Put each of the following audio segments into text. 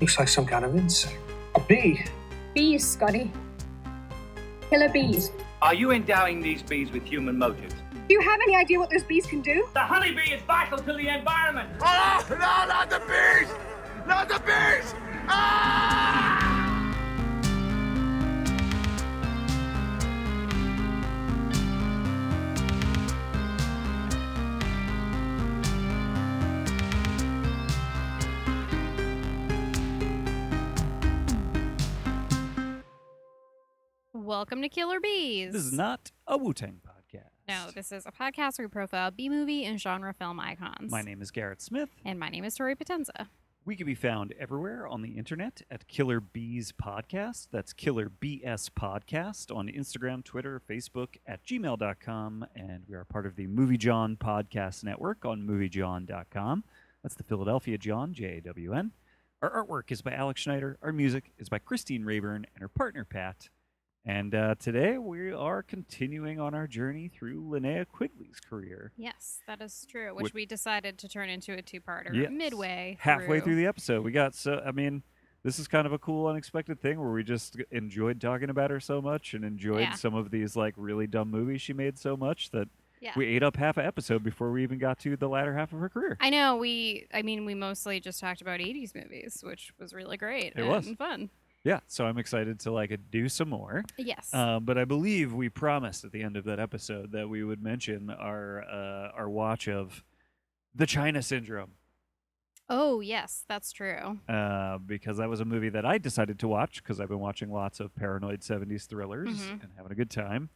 Looks like some kind of insect. A bee. Bees, Scotty. Killer bees. Are you endowing these bees with human motives? Do you have any idea what those bees can do? The honeybee is vital to the environment. Oh, no, not the bees! Not the bees! Ah! Welcome to Killer Bees. This is not a Wu Tang podcast. No, this is a podcast where we profile B movie and genre film icons. My name is Garrett Smith. And my name is Tori Potenza. We can be found everywhere on the internet at Killer Bees Podcast. That's Killer BS Podcast on Instagram, Twitter, Facebook, at gmail.com. And we are part of the Movie John Podcast Network on moviejohn.com. That's the Philadelphia John, J A W N. Our artwork is by Alex Schneider. Our music is by Christine Rayburn and her partner, Pat. And uh, today we are continuing on our journey through Linnea Quigley's career. Yes, that is true, which Which- we decided to turn into a two parter Yes. midway. halfway through the episode. We got so I mean, this is kind of a cool unexpected thing where we just enjoyed talking about her so much and enjoyed Yeah. some of these like really dumb movies she made so much that Yeah. we ate up half an episode before we even got to the latter half of her career. I know, we, I mean, we mostly just talked about 80s movies, which was really great It was. and fun. yeah, so I'm excited to like do some more. Yes. Um, but I believe we promised at the end of that episode that we would mention our uh, our watch of the China Syndrome. oh, yes, that's true. uh, because that was a movie that I decided to watch because I've been watching lots of paranoid 70s thrillers Mhm. and having a good time.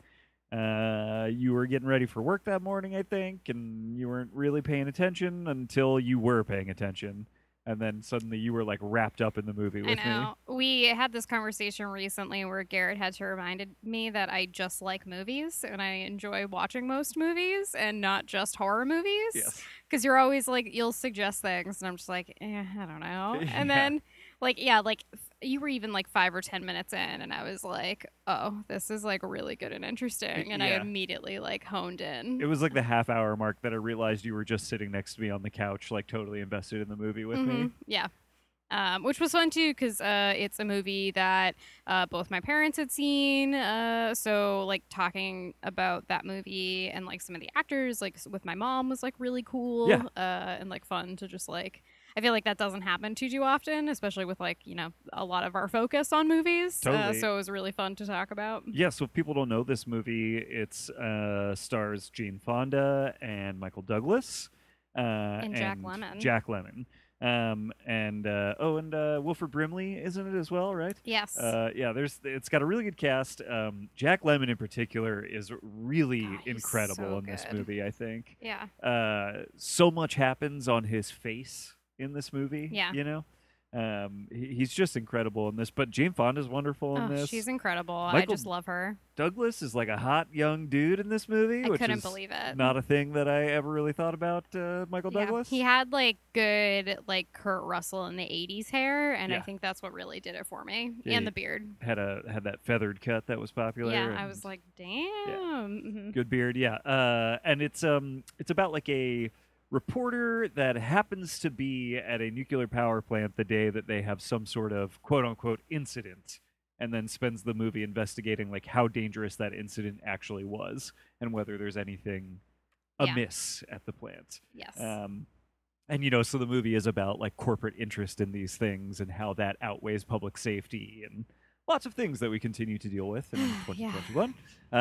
Uh, you were getting ready for work that morning, I think, and you weren't really paying attention until you were paying attention. And then suddenly you were like wrapped up in the movie I with me. know. We had this conversation recently where Garrett had to remind me that I just like movies and I enjoy watching most movies and not just horror movies. Yes. Because you're always like, you'll suggest things, and I'm just like, eh, I don't know. And Yeah. then, like, yeah, like f- you were even like five or ten minutes in, and I was like, oh, this is like really good and interesting, and I yeah. immediately like honed in. It was like the half hour mark that I realized you were just sitting next to me on the couch, like totally invested in the movie with me. Mhm, Yeah. Um, which was fun too, because uh, it's a movie that uh, both my parents had seen. Uh, so, like, talking about that movie and like some of the actors, like s- with my mom, was like really cool Yeah. uh, and like fun to just like. I feel like that doesn't happen too too often, especially with like you know a lot of our focus on movies. Uh, Totally. so it was really fun to talk about. Yeah, so if people don't know this movie, it's uh, stars Gene Fonda and Michael Douglas. Uh, and Jack Lemmon. Jack Lemmon. Um, and uh, oh, and uh, Wilford Brimley is in it as well, right? Yes. Uh, yeah, there's. It's got a really good cast. Um, Jack Lemmon in particular is really God, Ah, he's incredible so in this good. movie. I think yeah. uh, so much happens on his face in this movie. Yeah. you know, um, he, he's just incredible in this. But Jane Fonda's wonderful in Oh, this. she's incredible. I Michael- just love her. Douglas is like a hot young dude in this movie, I which couldn't is believe it. not a thing that I ever really thought about uh, Michael Yeah, Douglas. He had like good like Kurt Russell in the '80s hair, and I Yeah. think that's what really did it for me. Yeah, and he- the beard. had a had that feathered cut that was popular. yeah, I and was like, Mm-hmm. hmm. damn. good beard, yeah. Uh, and it's um it's about like a reporter that happens to be at a nuclear power plant the day that they have some sort of quote unquote incident, and then spends the movie investigating like how dangerous that incident actually was and whether there's anything Yeah. amiss at the plant. Yes. Um, and you know, so the movie is about like corporate interest in these things and how that outweighs public safety and lots of things that we continue to deal with in Yeah. 2021. Uh,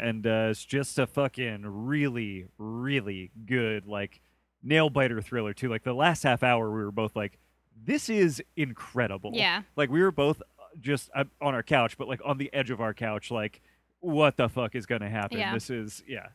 and uh, it's just a fucking really, really good like nail biter thriller too. Like the last half hour, we were both like, "This is incredible." yeah. Like we were both uh, just uh, on our couch, but like on the edge of our couch, like, "What the fuck is gonna happen?" Yeah. This is yeah.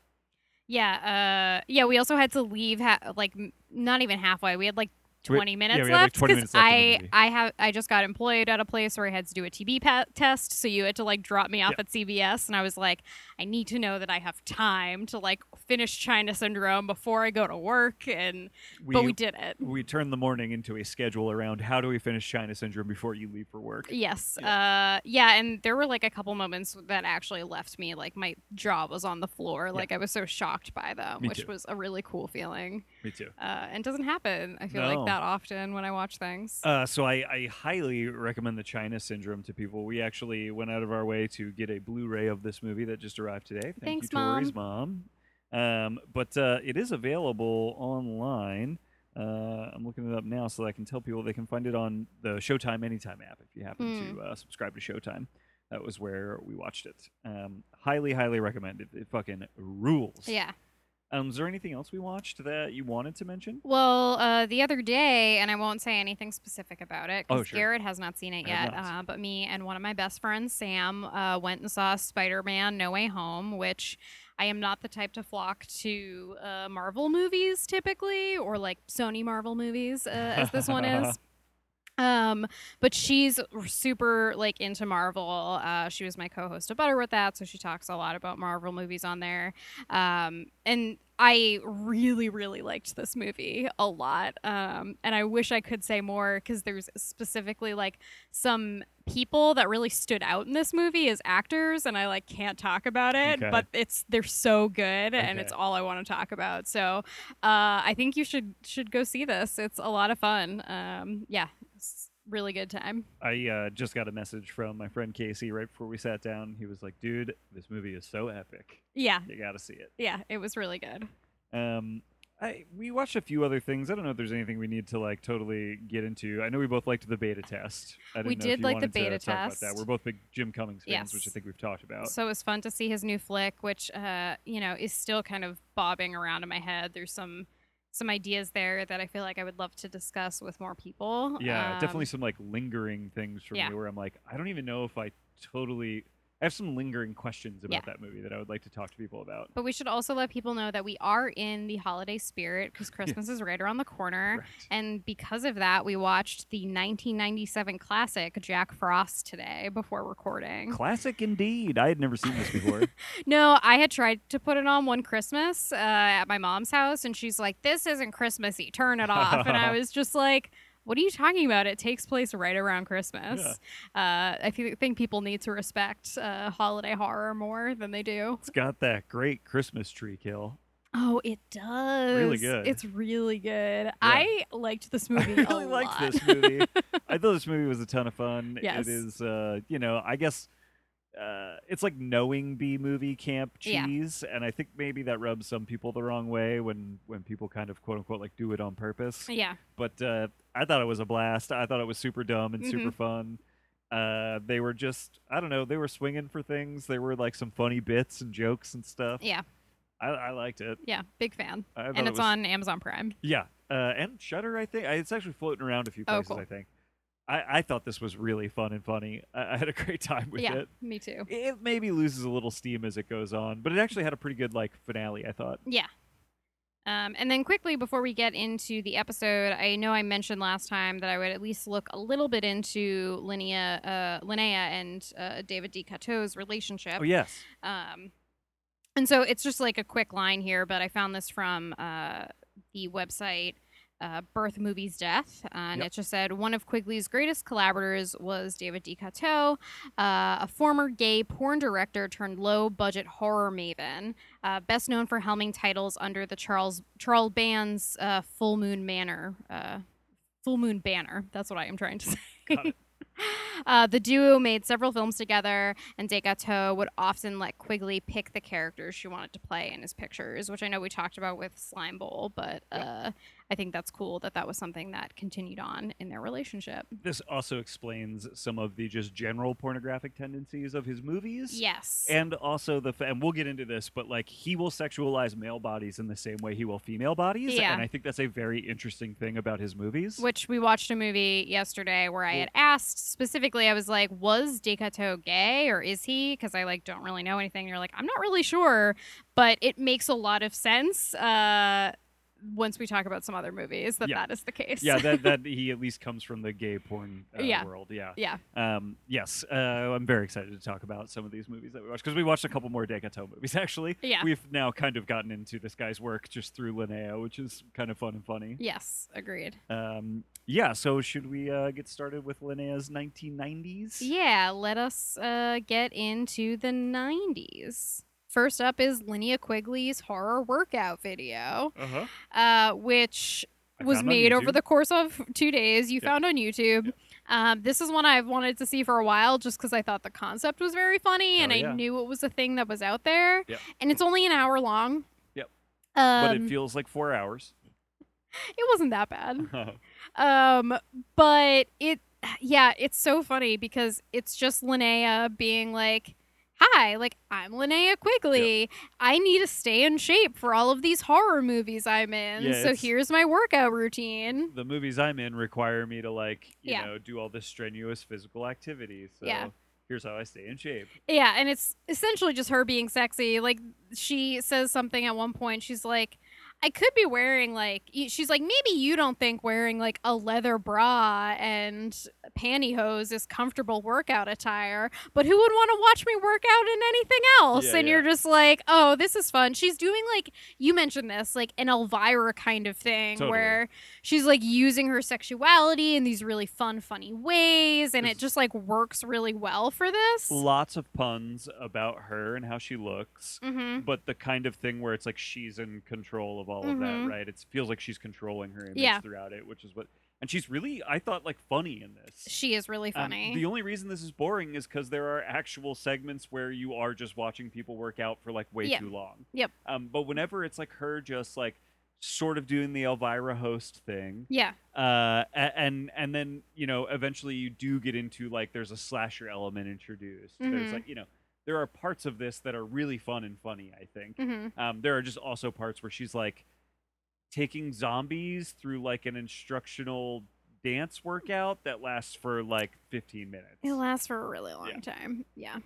Yeah. Uh, yeah. We also had to leave ha- like m- not even halfway. We had like. We- 20 minutes yeah, we had, like, left 20 minutes left in the I movie. I have I just got employed at a place where I had to do a TB pa- test so you had to like drop me off Yeah. at CVS and I was like I need to know that I have time to like finish China syndrome before I go to work and but we did it we turn the morning into a schedule around how do we finish China syndrome before you leave for work. Yes. Uh yeah, and there were like a couple moments that actually left me like my jaw was on the floor. Like I was so shocked by them, Me which too. was a really cool feeling. Me too. uh, and it doesn't happen. I feel No. like that often when I watch things. Uh, so I, I highly recommend the China Syndrome to people. We actually went out of our way to get a Blu-ray of this movie that just arrived today. Thank Thanks, you, Tori's mom. Um, but uh, it is available online. Uh, I'm looking it up now so that I can tell people they can find it on the Showtime Anytime app if you happen to uh, subscribe to Showtime. That was where we watched it. Um, highly, highly recommended. It fucking rules. yeah. Um, is there anything else we watched that you wanted to mention? Well, uh, the other day, and I won't say anything specific about it Oh, because sure. Garrett has not seen it I have yet. not. Uh, but me and one of my best friends, Sam, uh, went and saw Spider Man No Way Home, which I am not the type to flock to uh, Marvel movies typically or like Sony Marvel movies, uh, as this one is. Um, but she's r- super like into Marvel. Uh, she was my co-host of Butter with that, so she talks a lot about Marvel movies on there. Um, and I really, really liked this movie a lot. Um, and I wish I could say more because there's specifically like some people that really stood out in this movie as actors, and I like can't talk about it. Okay. But it's they're so good, and Okay. it's all I want to talk about. So uh, I think you should should go see this. It's a lot of fun. Um, yeah, it's really good time. I uh, just got a message from my friend Casey right before we sat down. He was like, "Dude, this movie is so epic. Yeah, You got to see it." yeah, it was really good. Um, I we watched a few other things. I don't know if there's anything we need to like totally get into. I know we both liked the beta test. I didn't We know did if you like the wanted to beta talk about that. test. We're both big Jim Cummings fans, which I Yes. think we've talked about. So it was fun to see his new flick, which uh, you know is still kind of bobbing around in my head. There's some some ideas there that I feel like I would love to discuss with more people. yeah, Um, definitely some like lingering things for yeah. me where I'm like, I don't even know if I totally. I have some lingering questions about Yeah. that movie that I would like to talk to people about. But we should also let people know that we are in the holiday spirit because Christmas is right around the corner. Correct. And because of that, we watched the 1997 classic Jack Frost today before recording. Classic indeed. I had never seen this before. No, I had tried to put it on one Christmas uh, at my mom's house, and she's like, "This isn't Christmassy. Turn it off." and I was just like, "What are you talking about? It takes place right around Christmas." Uh, I fe- think people need to respect uh, holiday horror more than they do. It's got that great Christmas tree kill. Oh, it does. good. It's really good. I liked this movie. I really a liked lot. this movie. I thought this movie was a ton of fun. Yes. It is, uh, you know, I guess uh, it's like knowing B movie camp Yeah. cheese, and I think maybe that rubs some people the wrong way when when people kind of quote unquote like do it on purpose. yeah. But uh, I thought it was a blast. I thought it was super dumb and Mm-hmm. super fun. Uh, they were just, I don't know, they were swinging for things. There were like some funny bits and jokes and stuff. Yeah. I, I liked it. Yeah. Big fan. I thought And it it's was- on Amazon Prime. yeah, uh, and Shutter. I think I- it's actually floating around a few Oh, places. cool. I think. I, I thought this was really fun and funny. I, I had a great time with yeah. it. Me too. It maybe loses a little steam as it goes on, but it actually had a pretty good like finale. I thought. Yeah. Um, and then quickly before we get into the episode, I know I mentioned last time that I would at least look a little bit into Linnea, uh, Linnea and uh, David D. Coteau's relationship. Oh yes, Um, and so it's just like a quick line here, but I found this from uh, the website uh, Birth Movies Death. Uh, and Yep. it just said one of Quigley's greatest collaborators was David D. Coteau, uh, a former gay porn director turned low budget horror maven, uh, best known for helming titles under the Charles Charles Band's uh, Full Moon Manor. Uh, Full Moon Banner. That's what I am trying to say. Got it. Uh, the duo made several films together, and Degato would often let Quigley pick the characters she wanted to play in his pictures, which I know we talked about with Slime Bowl, but uh, I think that's cool that that was something that continued on in their relationship. this also explains some of the just general pornographic tendencies of his movies. Yes. And also the, fa- and we'll get into this, but like he will sexualize male bodies in the same way he will female bodies, Yeah. and I think that's a very interesting thing about his movies. which we watched a movie yesterday where I had asked specifically, I was like, was Decato gay or is he? Because I like don't really know anything. And you're like, I'm not really sure, but it makes a lot of sense uh, once we talk about some other movies that Yeah. that is the case. yeah, that that he at least comes from the gay porn uh, Yeah. world. Yeah. yeah. Um, yes, uh, I'm very excited to talk about some of these movies that we watched because we watched a couple more Degato movies. Actually, Yeah. we've now kind of gotten into this guy's work just through Linnea, which is kind of fun and funny. Yes. Agreed. Um, yeah. So should we uh, get started with Linnea's 1990s? Yeah. Let us uh, get into the 90s. First up is Linnea Quigley's horror workout video, Uh huh. uh, which I was found on made over YouTube. the course of two days. You Yeah. found on YouTube. Um, this is one I've wanted to see for a while just because I thought the concept was very funny and Oh, yeah. I knew it was a thing that was out there. Yeah. And it's only an hour long. Yep. Um, but it, it feels like four hours. wasn't that bad. yeah. Um, but it, yeah, it's so funny because it's just Linnea being like, Hi, like I'm Linnea Quigley. I need to stay in shape for all of these horror movies I'm in. Yeah, so it's- here's my workout routine. The movies I'm in require me to like, you Yeah. know, do all this strenuous physical activity. So Yeah. here's how I stay in shape. Yeah, and it's essentially just her being sexy. Like she says something at one point. She's like, "I could be wearing like." y- She's like, "Maybe you don't think wearing like a leather bra and pantyhose is comfortable workout attire, but who would want to watch me work out in anything else?" Yeah, and yeah. you're just like, "Oh, this is fun." She's doing like you mentioned this, like an Elvira kind of thing, Totally. where she's like using her sexuality in these really fun, funny ways, and it It's- just like works really well for this. Lots of puns about her and how she looks. Mm-hmm. But the kind of thing where it's like she's in control of all of Mhm. that, right? It feels like she's controlling her image Yeah. throughout it, which is what. And she's really, I thought, like funny in this. She is really Um, funny. the only reason this is boring is because there are actual segments where you are just watching people work out for like way Yeah. too long. Yep. Um, but whenever it's like her just like sort of doing the Elvira host thing, yeah. uh, a- and and then you know eventually you do get into like there's a slasher element introduced. Mhm. There's like you know there are parts of this that are really fun and funny. I think. hmm Um, there are just also parts where she's like taking zombies through like an instructional dance workout that lasts for like 15 minutes. It lasts for a really long Yeah. time. Yeah.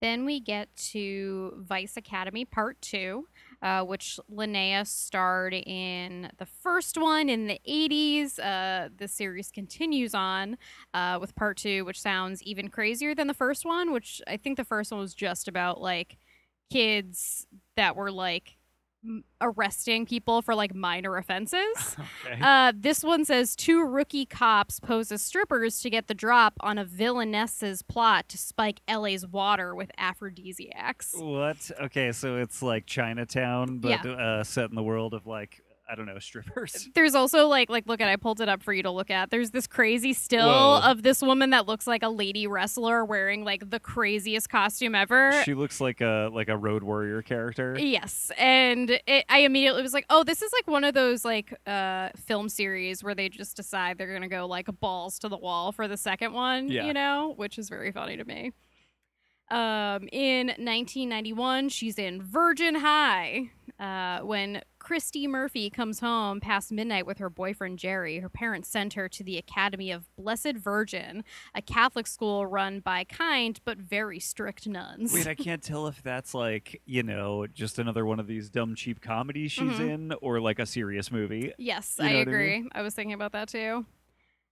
Then we get to Vice Academy Part 2, uh, which Linnea starred in the first one in the 80s. Uh, the series continues on uh, with Part 2, which sounds even crazier than the first one, which I think the first one was just about like kids that were like m- arresting people for like minor offenses. Okay. Uh, this one says two rookie cops pose as strippers to get the drop on a villainess's plot to spike LA's water with aphrodisiacs. what? Okay, so it's like Chinatown, Yeah. but uh, set in the world of like, I don't know, strippers. There's also like like look at I pulled it up for you to look at. There's this crazy still Whoa. of this woman that looks like a lady wrestler wearing like the craziest costume ever. She looks like a like a road warrior character. Yes, and it, I immediately was like, "Oh, this is like one of those like uh, film series where they just decide they're gonna go like balls to the wall for the second one, Yeah. you know?" Which is very funny to me. Um, in 1991, she's in Virgin High. Uh, when Christy Murphy comes home past midnight with her boyfriend Jerry, her parents send her to the Academy of Blessed Virgin, a Catholic school run by kind but very strict nuns. Wait, I can't tell if that's like, you know, just another one of these dumb cheap comedies she's Mhm. in or like a serious movie. Yes, You I know what I agree. I, mean? was thinking about that too.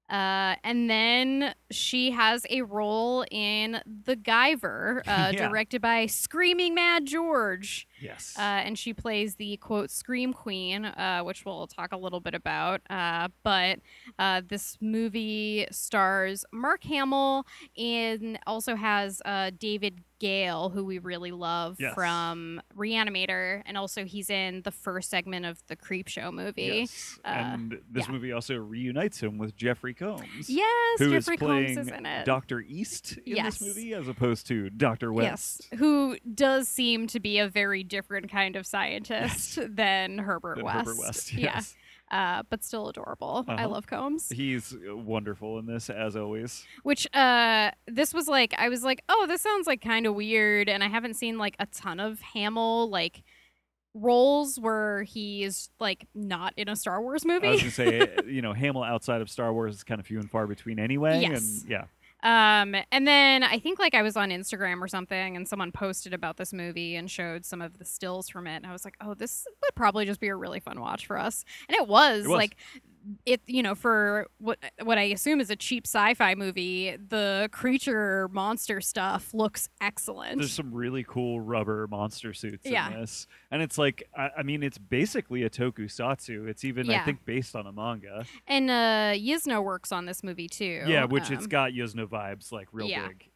Uh, and then she has a role in The Guyver, uh, Yeah. directed by Screaming Mad George. Yes. Uh, and she plays the quote Scream Queen, uh, which we'll talk a little bit about. Uh, but uh, this movie stars Mark Hamill and also has uh, David Gale, who we really love Yes. from Reanimator. And also, he's in the first segment of the Creep Show movie. Yes. uh, and this yeah. movie also reunites him with Jeffrey Combs. Yes, who is Jeffrey playing Combs is in it. Dr. East in Yes. this movie as opposed to Dr. West. Yes, who does seem to be a very different kind of scientist than Herbert than West. Herbert West. Yes. Yeah, uh, but still adorable. I Uh-huh. love Combs. He's uh, wonderful in this as always. which uh this was like i was like oh this sounds like kind of weird and i haven't seen like a ton of hamill like roles where he is like not in a star wars I was movie going to say, uh, you know, Hamill outside of Star Wars is kind of few and far between anyway Yes. and yeah. um and then i think like i was on instagram or something and someone posted about this movie and showed some of the stills from it and i was like oh this would probably just be a really fun watch for us and it was, It was. like it you know for what what i assume is a cheap sci-fi movie the creature monster stuff looks excellent There's some really cool rubber monster suits Yeah. in this. And it's like I, I mean it's basically a tokusatsu. It's even Yeah. I think based on a manga. And uh Yizna works on this movie too. Yeah, which it's Um, got Yuzna vibes like real yeah. big.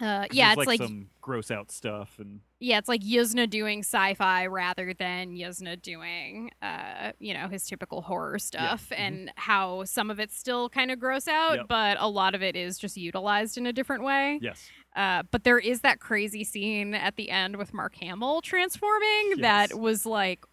Uh, 'Cause yeah, there's, it's like, some gross out stuff and yeah, it's like Yuzna doing sci-fi rather than Yuzna doing, uh, you know, his typical horror stuff, mhm. and how some of it's still kind of gross out, Yep. but a lot of it is just utilized in a different way. yes, Uh, but there is that crazy scene at the end with Mark Hamill transforming Yes. that was like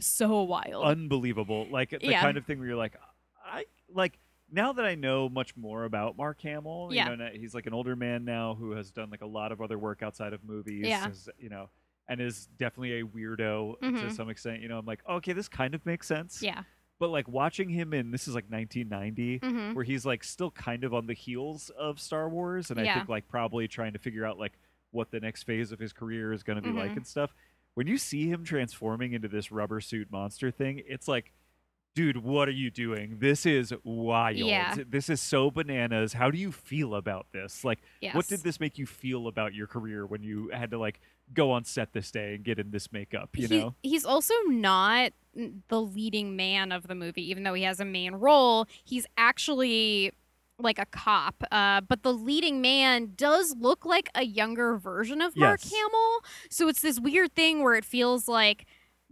so wild. unbelievable. Like the Yeah. kind of thing where you're like, I like now that I know much more about Mark Hamill. Yeah. you know, and he's like an older man now who has done like a lot of other work outside of movies. Yeah. has, you know, and is definitely a weirdo to Mhm. some extent. You know, I'm like, okay, this kind of makes sense. yeah. But like watching him in this is like 1990. Mm-hmm. where he's like still kind of on the heels of Star Wars, and I Yeah. think like probably trying to figure out like what the next phase of his career is going to be like Mhm. and stuff. When you see him transforming into this rubber suit monster thing, it's like, dude, what are you doing? This is wild. Yeah. This is so bananas. How do you feel about this? Like, Yes. what did this make you feel about your career when you had to like go on set this day and get in this makeup? You He- know? he's also not n- the leading man of the movie even though he has a main role he's actually like a cop uh, but the leading man does look like a younger version of mark Yes. hamill so it's this weird thing where it feels like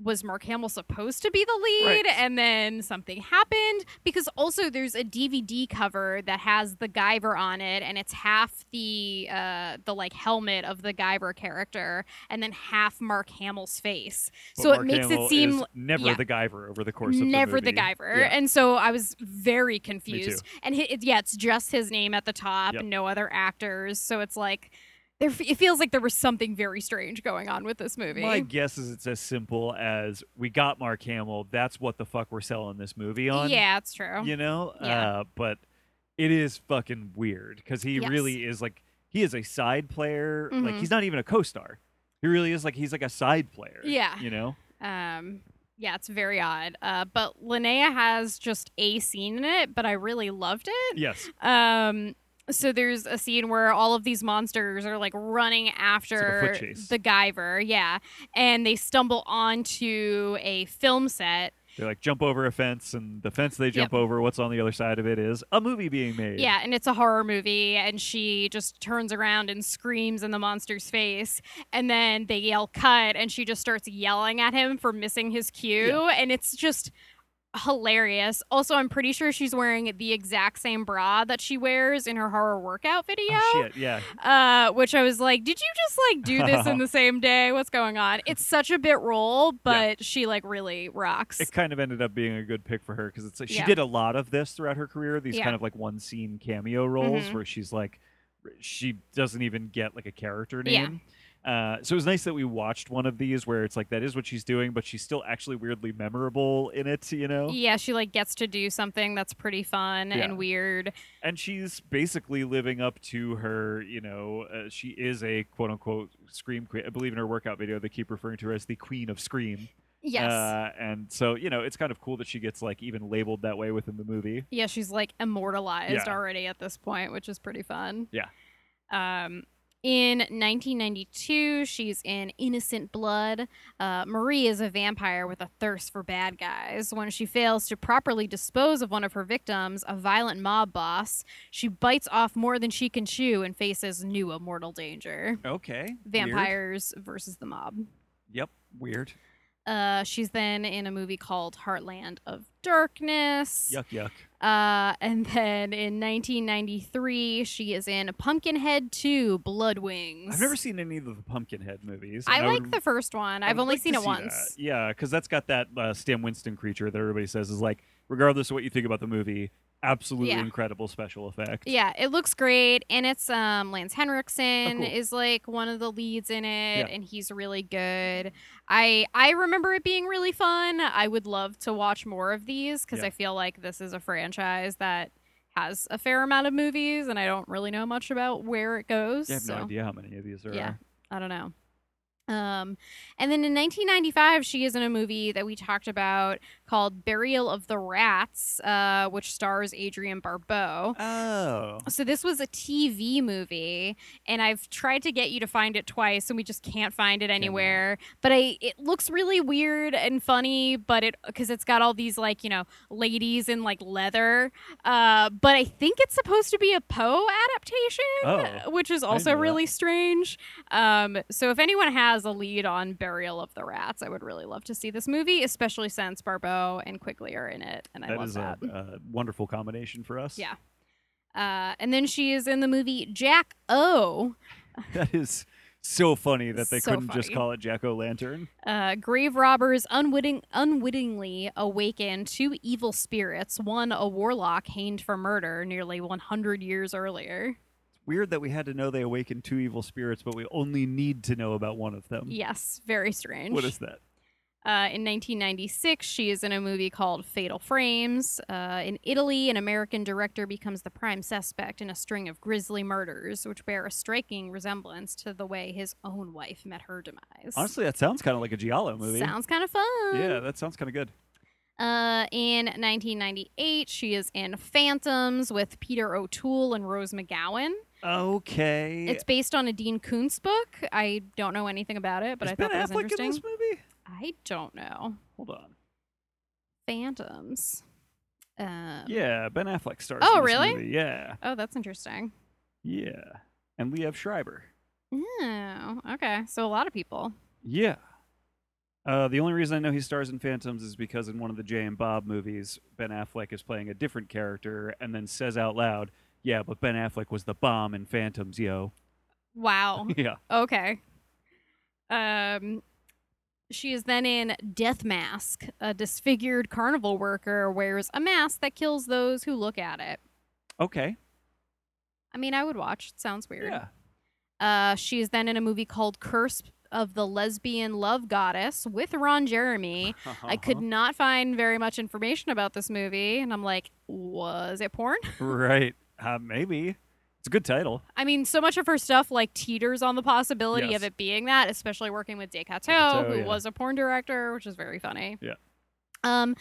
was mark hamill supposed to be the lead Right. and then something happened because also there's a dvd cover that has the guyver on it and it's half the uh the like helmet of the guyver character and then half mark hamill's face But so Mark it makes Hamill it seem is never yeah. the Guyver over the course of never the movie. the Guyver. Yeah. And so I was very confused. And hi- it, yeah, it's just his name at the top, Yep. no other actors. So it's like there f- it feels like there was something very strange going on with this movie. My guess is it's as simple as we got Mark Hamill. That's what the fuck we're selling this movie on. yeah, it's true. You know? Yeah. Uh, but it is fucking weird because he Yes. really is like, he is a side player. Like, Mhm. he's not even a co star. He really is like, he's like a side player. Yeah. You know? Um yeah, it's very odd. Uh, but Linnea has just a scene in it, but I really loved it. Yes. Um, so there's a scene where all of these monsters are like running after chase. the Guyver, yeah, and they stumble onto a film set. They like jump over a fence, and the fence they jump over, what's on the other side of it is a movie being made. Yeah, and it's a horror movie, and she just turns around and screams in the monster's face, and then they yell "cut," and she just starts yelling at him for missing his cue, and it's just hilarious. Also, I'm pretty sure she's wearing the exact same bra that she wears in her horror workout video. Oh, shit. Yeah. uh, which I was like, did you just like do this in the same day? What's going on? It's such a bit role, but she like really rocks. it kind of ended up being a good pick for her because it's like she Yeah. did a lot of this throughout her career. These Yeah. kind of like one scene cameo roles Mhm. where she's like, she doesn't even get like a character Yeah. name. Uh, so it was nice that we watched one of these where it's like that is what she's doing, but she's still actually weirdly memorable in it, you know. yeah, she like gets to do something that's pretty fun Yeah. and weird. And she's basically living up to her, you know. Uh, she is a quote unquote scream queen. I believe in her workout video they keep referring to her as the queen of scream. Yes. Uh, and so you know it's kind of cool that she gets like even labeled that way within the movie. yeah, she's like immortalized Yeah. already at this point, which is pretty fun. Yeah. Um, in 1992, she's in Innocent Blood. Uh, Marie is a vampire with a thirst for bad guys. When she fails to properly dispose of one of her victims, a violent mob boss, she bites off more than she can chew and faces new immortal danger. Okay. Vampires versus the mob. Yep. Weird. Uh, she's then in a movie called Heartland of Darkness. Yuck, yuck. Uh, and then in 1993, she is in Pumpkinhead 2 Blood Wings. I've never seen any of the Pumpkinhead movies. I and like would- the first one. I I've would only like to seen it see once. that. Yeah, because that's got that uh, Stan Winston creature that everybody says is like, regardless of what you think about the movie, absolutely Yeah. incredible special effect. Yeah, it looks great, and it's um Lance Henriksen Oh, cool. is like one of the leads in it, Yeah. and he's really good. I I remember it being really fun. I would love to watch more of these because Yeah. I feel like this is a franchise that has a fair amount of movies, and I don't really know much about where it goes. I have so. no idea how many of these there Yeah. are. I don't know. Um, and then in 1995, she is in a movie that we talked about called Burial of the Rats, uh, which stars Adrian Barbeau. Oh. So this was a TV movie, and I've tried to get you to find it twice, and we just can't find it anywhere. But I, it looks really weird and funny, but it because it's got all these like you know ladies in like leather. Uh, but I think it's supposed to be a Poe adaptation, Oh, which is didn't know also that. really strange. Um, so if anyone has a lead on Burial of the Rats, I would really love to see this movie, especially since Barbeau and Quigley are in it, and I That love is that. a, a wonderful combination for us. Yeah. Uh, and then she is in the movie Jack O. That is so funny that they So couldn't just funny. call it Jack O' Lantern. Uh, grave robbers unwitting, unwittingly awaken two evil spirits, one a warlock hanged for murder nearly 100 years earlier. It's weird that we had to know they awakened two evil spirits, but we only need to know about one of them. Yes, very strange. Hmm. What is that? Uh, in 1996, she is in a movie called Fatal Frames. Uh, in Italy, an American director becomes the prime suspect in a string of grisly murders, which bear a striking resemblance to the way his own wife met her demise. Honestly, that sounds kind of like a Giallo movie. Sounds kind of fun. yeah, that sounds kind of good. Uh, in 1998, she is in Phantoms with Peter O'Toole and Rose McGowan. Okay. It's based on a Dean Koontz book. I don't know anything about it, but Is I thought ben that Affleck was interesting. in this movie? I don't know. Hold on. Phantoms. Um, Yeah, Ben Affleck stars. Oh, in this really? movie. Yeah, Oh, that's interesting. yeah, and Liev Schreiber. Oh, okay. So a lot of people. Yeah. Uh, the only reason I know he stars in Phantoms is because in one of the Jay and Bob movies, Ben Affleck is playing a different character and then says out loud, "Yeah, but Ben Affleck was the bomb in Phantoms, yo." Wow. yeah. Okay. Um, she is then in Death Mask. A disfigured carnival worker wears a mask that kills those who look at it. Okay. I mean, I would watch. It sounds weird. Yeah. Uh, she is then in a movie called Curse of the Lesbian Love Goddess with Ron Jeremy. I could Uh-huh. not find very much information about this movie, and I'm like, was it porn? right. Uh, maybe. It's a good title. I mean, so much of her stuff like teeters on the possibility Yes. of it being that, especially working with Decato, Decato, who yeah. was a porn director, which is very funny. Yeah. Um,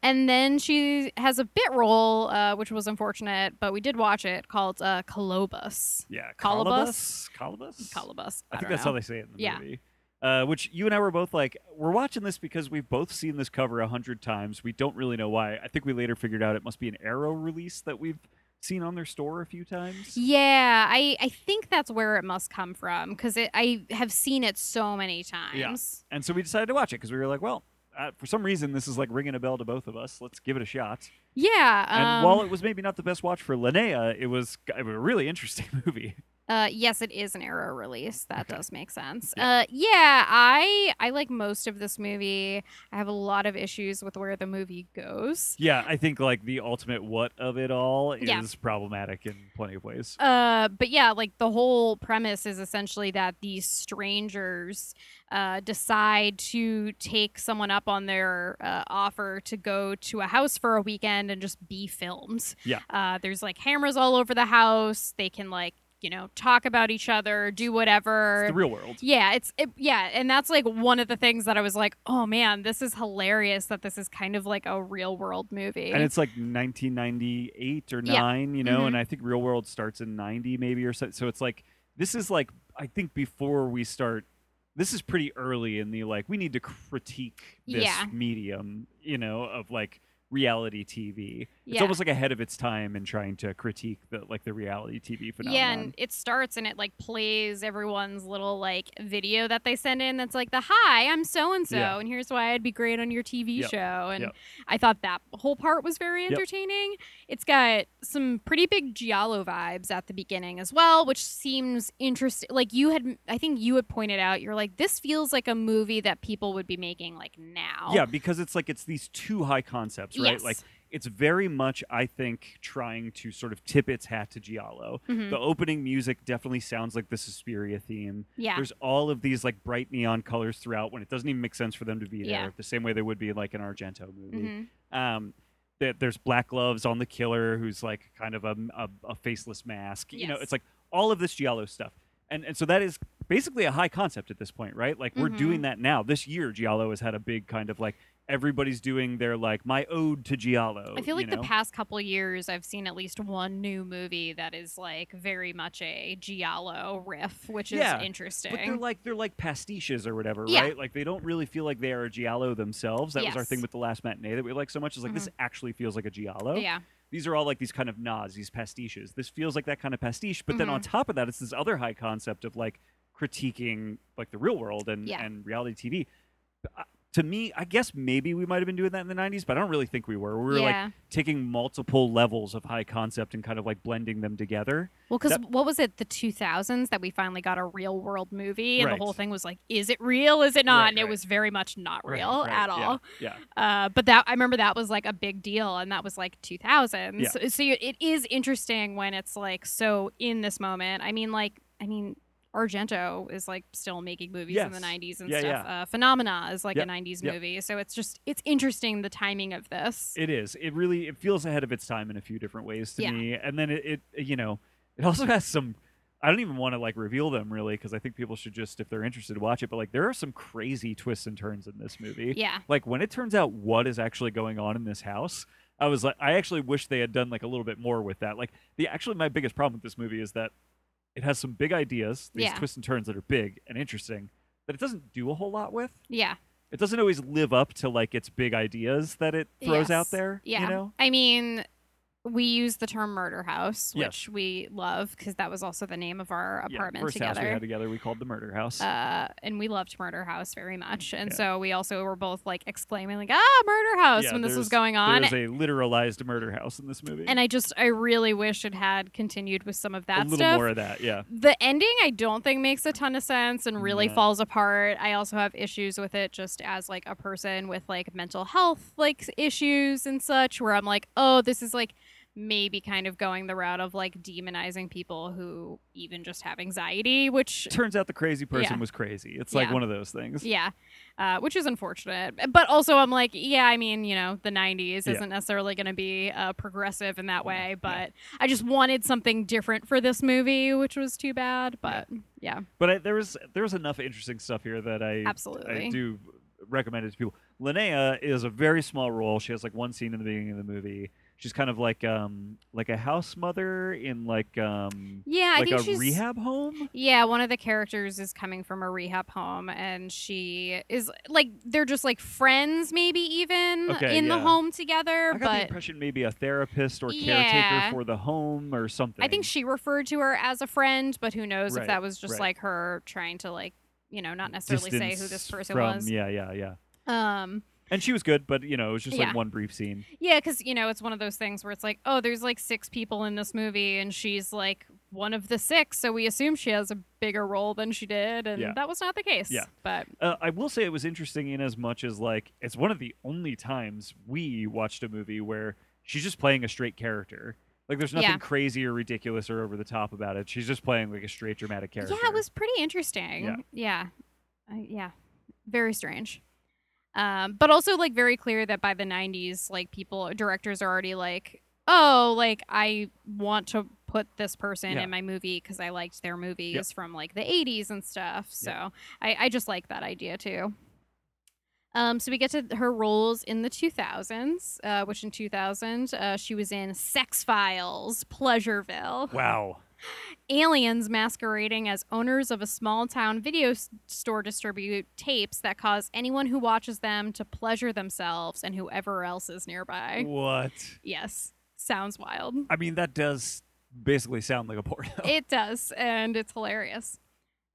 and then she has a bit role, uh, which was unfortunate, but we did watch it called uh, Colobus. Yeah. Colobus? Colobus. Colobus. I, think don't that's know. how they say it in the Yeah. movie. Uh, which you and I were both like, we're watching this because we've both seen this cover a hundred times. We don't really know why. I think we later figured out it must be an Arrow release that we've seen on their store a few times. Yeah, I, I think that's where it must come from because I have seen it so many times. And so we decided to watch it because we were like, well, uh, for some reason this is like ringing a bell to both of us. Let's give it a shot. Yeah. um, and while it was maybe not the best watch for Linnea, it was g- a really interesting movie. Uh, yes, it is an error release. That Okay. does make sense. Yeah. Uh, yeah, I I like most of this movie. I have a lot of issues with where the movie goes. yeah, I think like the ultimate what of it all is Yeah. problematic in plenty of ways. Uh, but yeah, like the whole premise is essentially that these strangers uh, decide to take someone up on their uh, offer to go to a house for a weekend and just be filmed. Yeah. Uh, there's like cameras all over the house. They can like you know talk about each other, do whatever. It's the real world. Yeah, it's it, yeah, and that's like one of the things that I was like, oh man, this is hilarious that this is kind of like a real world movie. And it's like 1998 or Yeah. Mm-hmm. 9, you know, and I think Real World starts in 90 maybe or so. So it's like, this is like, I think before we start, this is pretty early in the like, we need to critique this Yeah. medium, you know, of like reality TV. It's Yeah. almost like ahead of its time in trying to critique the like the reality TV phenomenon. Yeah, and it starts and it like plays everyone's little like video that they send in that's like the hi, I'm so and so Yeah. and here's why I'd be great on your TV Yep, show and yep. I thought that whole part was very Yep. entertaining. It's got some pretty big giallo vibes at the beginning as well, which seems interesting. Like you had I think you had pointed out you're like this feels like a movie that people would be making like now. Yeah, because it's like it's these two high concepts, right? Yes. Like it's very much, I think, trying to sort of tip its hat to Giallo. Mhm. The opening music definitely sounds like the Suspiria theme. Yeah. There's all of these like bright neon colors throughout when it doesn't even make sense for them to be there, Yeah. the same way they would be in, like an Argento movie. Mhm. Um, there- there's black gloves on the killer, who's like kind of a, a, a faceless mask. You know, Yes. it's like all of this Giallo stuff, and and so that is basically a high concept at this point, right? Like we're Mhm. doing that now. This year, Giallo has had a big kind of like everybody's doing their like my ode to Giallo. I feel like uh, you the know? past couple years, I've seen at least one new movie that is like very much a giallo riff, which is Yeah, interesting. But they're like they're like pastiches or whatever, Yeah. right? Like they don't really feel like they are a giallo themselves. That was our Yes. Mm-hmm. thing with the last matinee that we liked so much. Is like this actually feels like a giallo. yeah, These are all like these kind of nods, these pastiches. This feels like that kind of pastiche. But then on Mm-hmm. top of that, it's this other high concept of like critiquing like the real world and Yeah. and reality TV. But, uh, to me, I guess maybe we might have been doing that in the '90s, but I don't really think we were. We were like yeah. taking multiple levels of high concept and kind of like blending them together. Well, 'cause well, that- because what was it, the 2000s that we finally got a real world movie, and Right. the whole thing was like, is it real? Is it not? Right, and right. it was very much not Right, real right, at yeah, all. Yeah. Uh, but that I remember that was like a big deal, and that was like 2000. Yeah. So, so you- it is interesting when it's like so in this moment. I mean, like I mean, Argento is like still making movies in the Yes. 90s and Yeah, stuff. yeah. Uh, Phenomena is like Yep, a 90s yep. movie, so it's just it's interesting the timing of this. It is. It really it feels ahead of its time in a few different ways to Yeah. me. And then it, it you know it also has some. I don't even want to like reveal them really because I think people should just if they're interested watch it. But like there are some crazy twists and turns in this movie. yeah. Like when it turns out what is actually going on in this house, I was like, I actually wish they had done like a little bit more with that. Like the actually my biggest problem with this movie is that it has some big ideas, these Yeah. twists and turns that are big and interesting, that it doesn't do a whole lot with. Yeah. It doesn't always live up to like its big ideas that it throws out Yes. there. Yeah. You know? I mean, we use the term murder house, Yes. which we love because that was also the name of our Yeah, apartment first together. house we had together we called the murder house uh, and we loved Murder House very much, and Yeah. so we also were both like exclaiming like Ah, Murder House Yeah, when this was there's- going on. there's a literalized murder house in this movie And I just I really wish it had continued with some of a that little stuff. more of that yeah the ending I don't think makes a ton of sense and really No. falls apart. I also have issues with it just as like a person with like mental health like s- issues and such where I'm like, "Oh, this is like maybe kind of going the route of like demonizing people who even just have anxiety, which turns out the crazy person Yeah. was crazy it's like Yeah. one of those things yeah, uh, which is unfortunate. But also, I'm like, yeah, I mean, you know, the 90s Yeah. isn't necessarily going to be uh, progressive in that No, way, no. but I just wanted something different for this movie, which was too bad. But yeah, but I, there was there was enough interesting stuff here that i i Absolutely. do recommend it to people linnea is a very small role she has like one scene in the beginning of the movie she's kind of like um like a house mother in like um yeah, I like think a she's rehab home Yeah, one of the characters is coming from a rehab home and she is like they're just like friends maybe even Okay, in the yeah. home I together, got the but impression maybe a therapist or caretaker Yeah. for the home or something. I think she referred to her as a friend, but who knows Right, if that was just right. like her trying to like, you know, not necessarily say who distance this person from- was. Yeah, yeah, yeah. Um, And she was good, but you know, it was just Yeah. like one brief scene. yeah, because you know it's one of those things where it's like, oh, there's like six people in this movie, and she's like one of the six, so we assume she has a bigger role than she did, and Yeah. that was not the case. Yeah. but Uh, I will say it was interesting in as much as like it's one of the only times we watched a movie where she's just playing a straight character. Like there's nothing Yeah. crazy or ridiculous or over the top about it. She's just playing like a straight dramatic character. Yeah, it was pretty interesting. Yeah. Yeah. Yeah. I- yeah. Very strange. Um, but also like very clear that by the 90s like people directors are already like, "Oh, like I want to put this person Yeah. in my movie cuz I liked their movies from like the 80s and stuff." So, I I just like that idea too. Um, so we get to her roles in the 2000s, uh, which in 2000 uh, she was in Sex Files, Pleasureville. wow. Aliens masquerading as owners of a small town video s- store distribute tapes that cause anyone who watches them to pleasure themselves and whoever else is nearby. What? Yes, sounds wild. I mean, that does basically sound like a porno. It does, and it's hilarious.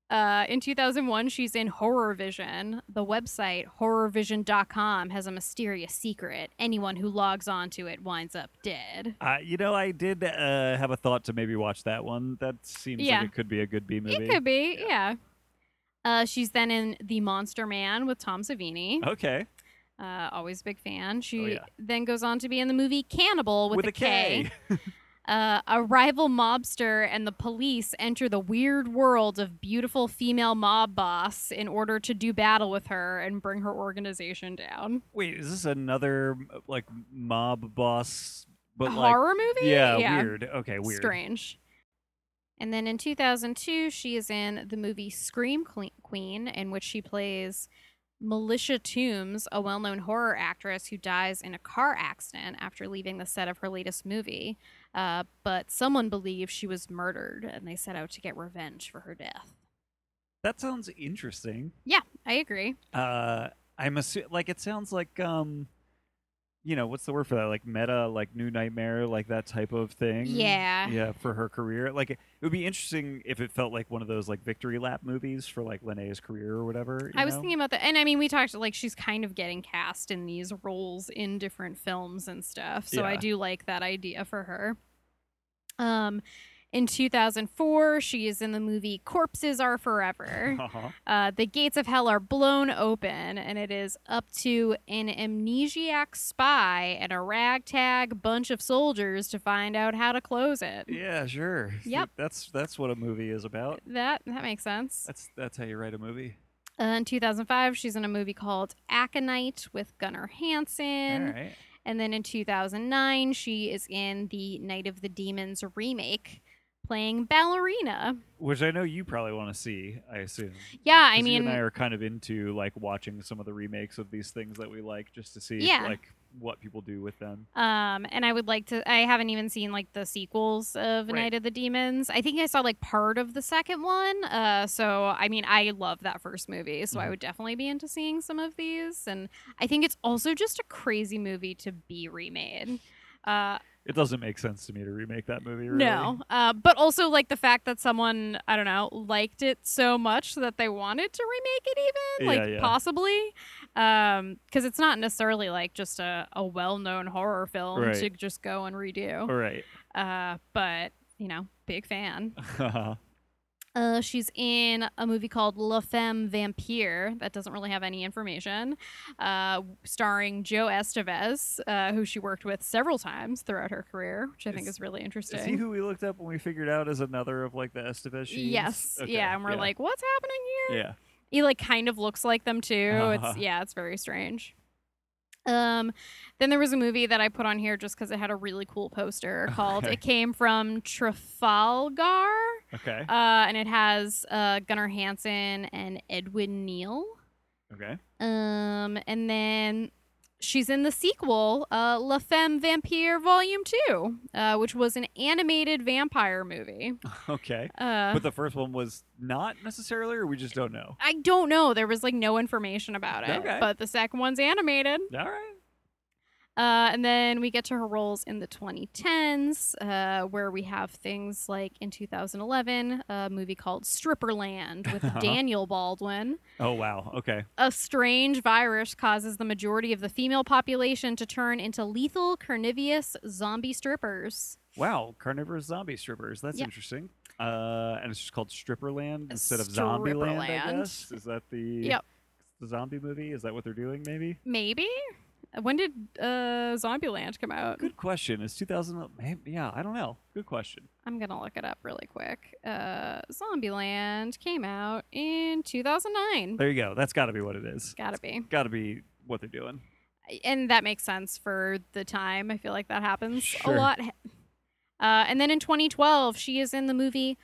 Uh, in 2001, she's in Horror Vision. The website horrorvision.com has a mysterious secret. Anyone who logs on to it winds up dead. Uh, you know, I did uh, have a thought to maybe watch that one. That seems Yeah. like it could be a good B movie. It could be, yeah. Uh, she's then in The Monster Man with Tom Savini. Okay. Uh, always a big fan. She Oh, yeah. then goes on to be in the movie Cannibal with, With a a K. K. uh, a rival mobster and the police enter the weird world of beautiful female mob boss in order to do battle with her and bring her organization down. Wait, is this another m- like mob boss? But a like, horror movie? yeah, weird. Okay, weird. Strange. And then in 2002, she is in the movie Scream Cle- Queen, in which she plays Militia Toombs, a well known horror actress who dies in a car accident after leaving the set of her latest movie. Uh, but someone believes she was murdered and they set out to get revenge for her death. That sounds interesting. Yeah, I agree. Uh, I'm assu- like it sounds like um, you know, what's the word for that? Like meta, like new nightmare, like that type of thing. Yeah. Yeah, for her career. Like it would be interesting if it felt like one of those like victory lap movies for like Linnea's career or whatever. you I was know? thinking about that. And I mean, we talked like she's kind of getting cast in these roles in different films and stuff. So I Yeah. do like that idea for her. Um, in 2004, she is in the movie Corpses Are Forever. Uh-huh. Uh, the gates of hell are blown open, and it is up to an amnesiac spy and a ragtag bunch of soldiers to find out how to close it. Yeah, sure. Yep. That's that's what a movie is about. That that makes sense. That's that's how you write a movie. Uh, in 2005, she's in a movie called Aconite with Gunnar Hansen. All right. And then in 2009, she is in the Night of the Demons remake playing ballerina. Which I know you probably want to see, I assume. Yeah, I 'Cause mean, you and I are kind of into like watching some of the remakes of these things that we like, just to see Yeah. like what people do with them. Um, and I would like to. I haven't even seen like the sequels of Right. Night of the Demons. I think I saw like part of the second one. Uh, so I mean, I love that first movie, so I Mhm. would definitely be into seeing some of these. And I think it's also just a crazy movie to be remade. Uh, It doesn't make sense to me to remake that movie. Really. no, uh, but also like the fact that someone I don't know liked it so much that they wanted to remake it even like Yeah, yeah. possibly because it's not necessarily like just a, a well known horror film Right. to just go and redo. All right. Uh, but you know, big fan. Uh, she's in a movie called La Femme Vampire that doesn't really have any information, uh, starring Joe Estevez, uh, who she worked with several times throughout her career, which I think Is- is really interesting. Is he who we looked up when we figured out is another of like the Estevez sheets? Yes. Okay, Yeah. And we're like, what's happening here? yeah. He like kind of looks like them too. Uh-huh. It's yeah, it's very strange. Um, then there was a movie that I put on here just because it had a really cool poster called Okay. "It Came from Trafalgar," Okay. uh, and it has uh, Gunnar Hansen and Edwin Neal. okay. Um, and then she's in the sequel, uh, La Femme Vampire Volume Two, uh, which was an animated vampire movie. Okay. Uh, but the first one was not necessarily, or we just don't know. I don't know. There was like no information about it. Okay. But the second one's animated. All right. Uh, and then we get to her roles in the 2010s, uh, where we have things like in 2011, a movie called Stripperland with Daniel Baldwin. Oh wow. Okay. A strange virus causes the majority of the female population to turn into lethal, carnivorous zombie strippers. Wow. Carnivorous zombie strippers. That's Yep. interesting. Uh, and it's just called Stripperland instead of Zombieland. I Stripperland. guess is that the Yep. Mm-hmm. the zombie movie? Is that what they're doing? Maybe. Maybe? When did uh, Zombieland come out? Good question. Is 2000? Maybe, yeah, I don't know. Good question. I'm gonna look it up really quick. Uh, Zombieland came out in 2009. There you go. That's got to be what it is. Gotta be, Got to be what they're doing. and that makes sense for the time. I feel like that happens Sure. a lot. Uh, and then in 2012, she is in the movie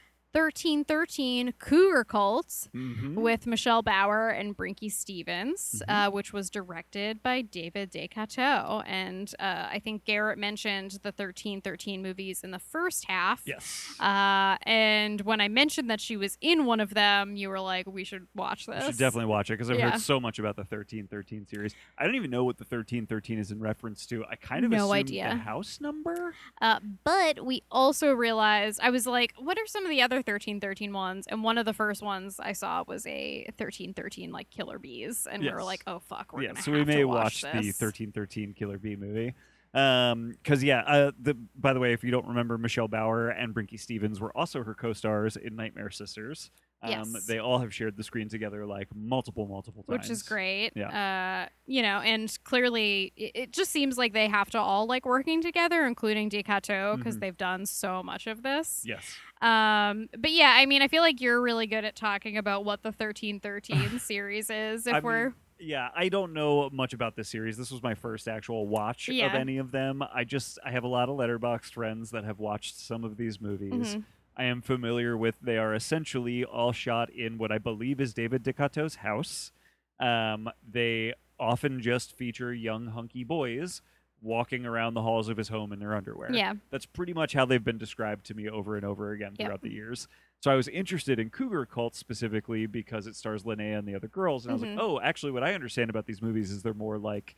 1313 Cougar Cults Mm-hmm. with Michelle Bauer and Brinky Stevens, Mhm. uh, which was directed by David DeCateau. And uh, I think Garrett mentioned the 1313 movies in the first half. Yes. Uh, and when I mentioned that she was in one of them, you were like, "We should watch You this." should definitely watch it because I've Yeah. heard so much about the 1313 series. I don't even know what the 1313 is in reference to. I kind of No assumed idea. the house number. Uh, but we also realized I was like, "What are some of the other thirteen thirteen ones?" And one of the first ones I saw was a thirteen thirteen like killer bees, and we were Yes. like, "Oh fuck, we're yeah, gonna so we have may to watch, watch, the this. 1313 Killer Bee movie. Um, because yeah, uh, the by the way, if you don't remember, Michelle Bauer and Brinky Stevens were also her co-stars in Nightmare Sisters. Um, Yes. they all have shared the screen together like multiple, multiple times, Which is great, uh, Yeah. you know, and clearly it, it just seems like they have to all like working together, including DeCateau, because Mhm. they've done so much of this. Yes. Um, but yeah, I mean, I feel like you're really good at talking about what the 1313 series is. If I mean, we're yeah i don't know much about this series this was my first actual watch of Yeah. any of them i just i have a lot of letterbox friends that have watched some of these movies Mhm. I am familiar with. They are essentially all shot in what I believe is David DeCato's house. Um, they often just feature young hunky boys walking around the halls of his home in their underwear. Yeah. That's pretty much how they've been described to me over and over again Yep. throughout the years. So I was interested in Cougar Cult specifically because it stars Linnea and the other girls. And I was Mhm. like, oh, actually, what I understand about these movies is they're more like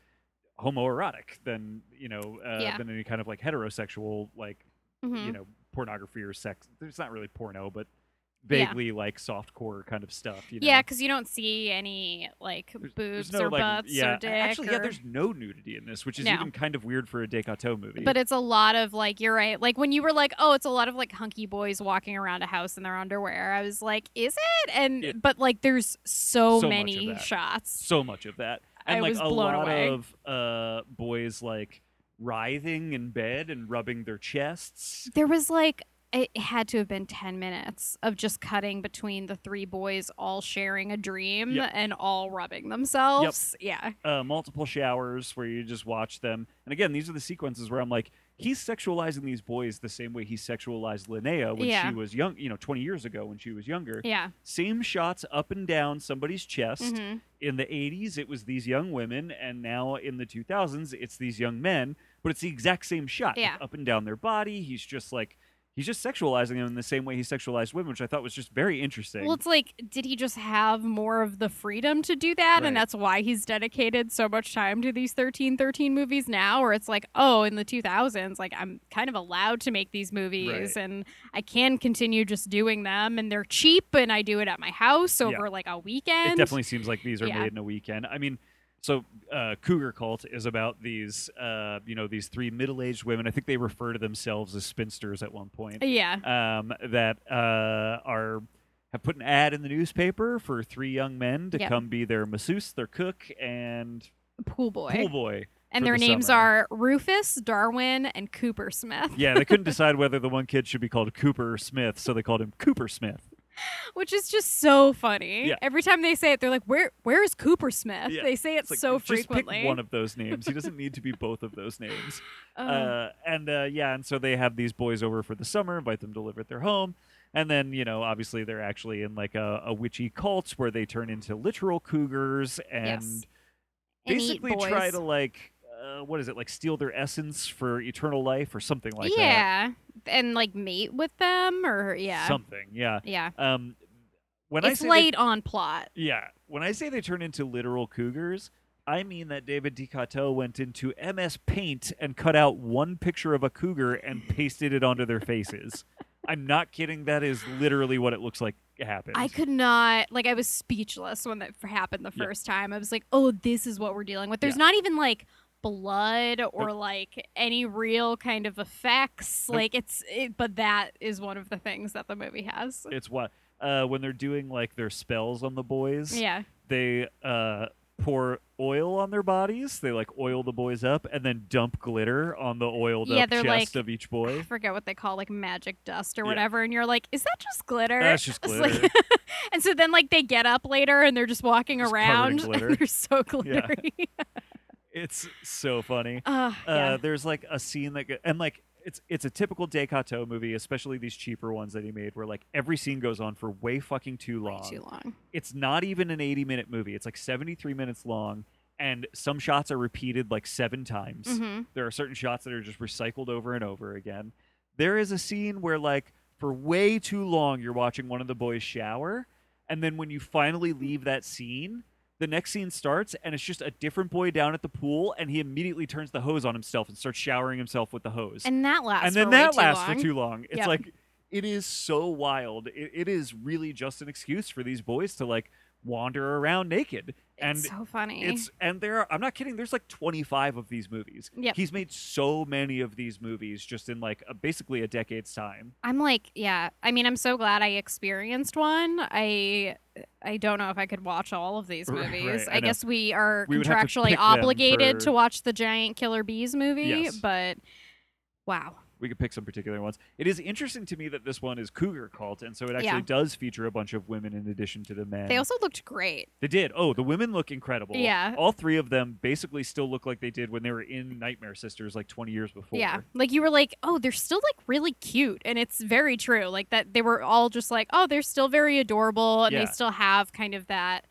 homoerotic than, you know, uh, Yeah. than any kind of like heterosexual, like, Mhm. you know, pornography or sex. It's not really porno, but Yeah. vaguely like soft core kind of stuff. You know? Yeah, because you don't see any like There's- there's boobs no, or like, butts yeah. or dick. Actually, yeah, or- there's no nudity in this, which is No. even kind of weird for a Decato movie. But it's a lot of like you're right. Like when you were like, oh, it's a lot of like hunky boys walking around a house in their underwear. I was like, is it? And Yeah. but like there's so, So much of many that. shots. so much of that, and I like was a blown lot away. of uh, boys like writhing in bed and rubbing their chests. There was like it had to have been 10 minutes of just cutting between the three boys all sharing a dream Yep. and all rubbing themselves. Yeah. uh, multiple showers where you just watch them. And again, these are the sequences where I'm like, he's sexualizing these boys the same way he sexualized Linnea when Yeah. she was young, you know, 20 years ago when she was younger. Yeah. Same shots up and down somebody's chest. Mhm. In the 80s, it was these young women, and now in the 2000s, it's these young men, but it's the exact same shot. It's Yeah. Up and down their body. He's just like, he's just sexualizing them in the same way he sexualized women, which I thought was just very interesting. Well, it's like, did he just have more of the freedom to do that? And Right. that's why he's dedicated so much time to these 1313 movies now? Or it's like, oh, in the 2000s, like, I'm kind of allowed to make these movies Right. and I can continue just doing them. And they're cheap and I do it at my house over like a weekend. It definitely seems like these are Yeah. made in a weekend. I mean, so uh, Cougar Cult is about these, uh, you know, these three middle-aged women. I think they refer to themselves as spinsters at one point. Yeah. Um, that uh, are have put an ad in the newspaper for three young men to Yep. come be their masseuse, their cook, and Pool boy. pool boy. and for their the names are summer. Rufus, Darwin, and Cooper Smith, Yeah, they couldn't decide whether the one kid should be called Cooper Smith, so they called him Cooper Smith. which is just so funny. Yeah. Every time they say it, they're like, "Where, where is Cooper Smith?" Yeah. They say it It's like, so just frequently. pick one of those names. He doesn't need to be both of those names. Oh. uh, and uh, yeah, and so they have these boys over for the summer, invite them to live at their home, and then you know obviously they're actually in like a, a witchy cult where they turn into literal cougars and Yes. And eat basically try boys. to like uh, what is it like steal their essence for eternal life or something like that. yeah, and like mate with them or yeah, something. Yeah. yeah. Um, when I it's say they- late on plot. yeah, when I say they turn into literal cougars. I mean that David DiCato went into MS Paint and cut out one picture of a cougar and pasted it onto their faces. I'm not kidding. That is literally what it looks like happened. I could not like I was speechless when that f- happened the Yeah. first time. I was like, "Oh, this is what we're dealing with." There's Yeah. not even like blood or like any real kind of effects. Nope. Like it's it, but that is one of the things that the movie has. It's what uh, when they're doing like their spells on the boys. Yeah. They uh, pour oil on their bodies. They like oil the boys up and then dump glitter on the oiled Yeah, up they're chest like- of each I boy. forget what they call like magic dust or Yeah. whatever, and you're like, is that just glitter? That's just It's glitter. like- and so then like they get up later and they're just walking Just covered in around. glitter. And they're so glittery. it's so funny. Ugh, uh, yeah. there's like a scene that go- and like it's it's a typical Decato movie, especially these cheaper ones that he made, where like every scene goes on for way fucking too long. Way too long. It's not even an 80 minute movie. It's like 73 minutes long, and some shots are repeated like seven times. Mhm. There are certain shots that are just recycled over and over again. There is a scene where like for way too long you're watching one of the boys shower, and then when you finally leave that scene. The next scene starts, and it's just a different boy down at the pool, and he immediately turns the hose on himself and starts showering himself with the hose And that lasts. and then for way that too lasts long. for too long. It's Yep. like it is so wild. It, it is really just an excuse for these boys to like wander around naked. And it's so funny. it's and there are I'm not kidding. There's like 25 of these movies. Yep. He's made so many of these movies just in like a, basically a decade's time. I'm like, yeah. I mean, I'm so glad I experienced one. I I don't know if I could watch all of these Right, movies. right, I I, know. guess we are We would have to pick contractually them obligated for- to watch the Giant Killer Bees movie, Yes. but wow. we could pick some particular ones. It is interesting to me that this one is Cougar Cult, and so it actually Yeah. does feature a bunch of women in addition to the men. They also looked great. They did. Oh, the women look incredible. Yeah. All three of them basically still look like they did when they were in Nightmare Sisters like 20 years before. Yeah. Like you were like, oh, they're still like really cute. And it's very true. Like that they were all just like, oh, they're still very adorable and Yeah. they still have kind of that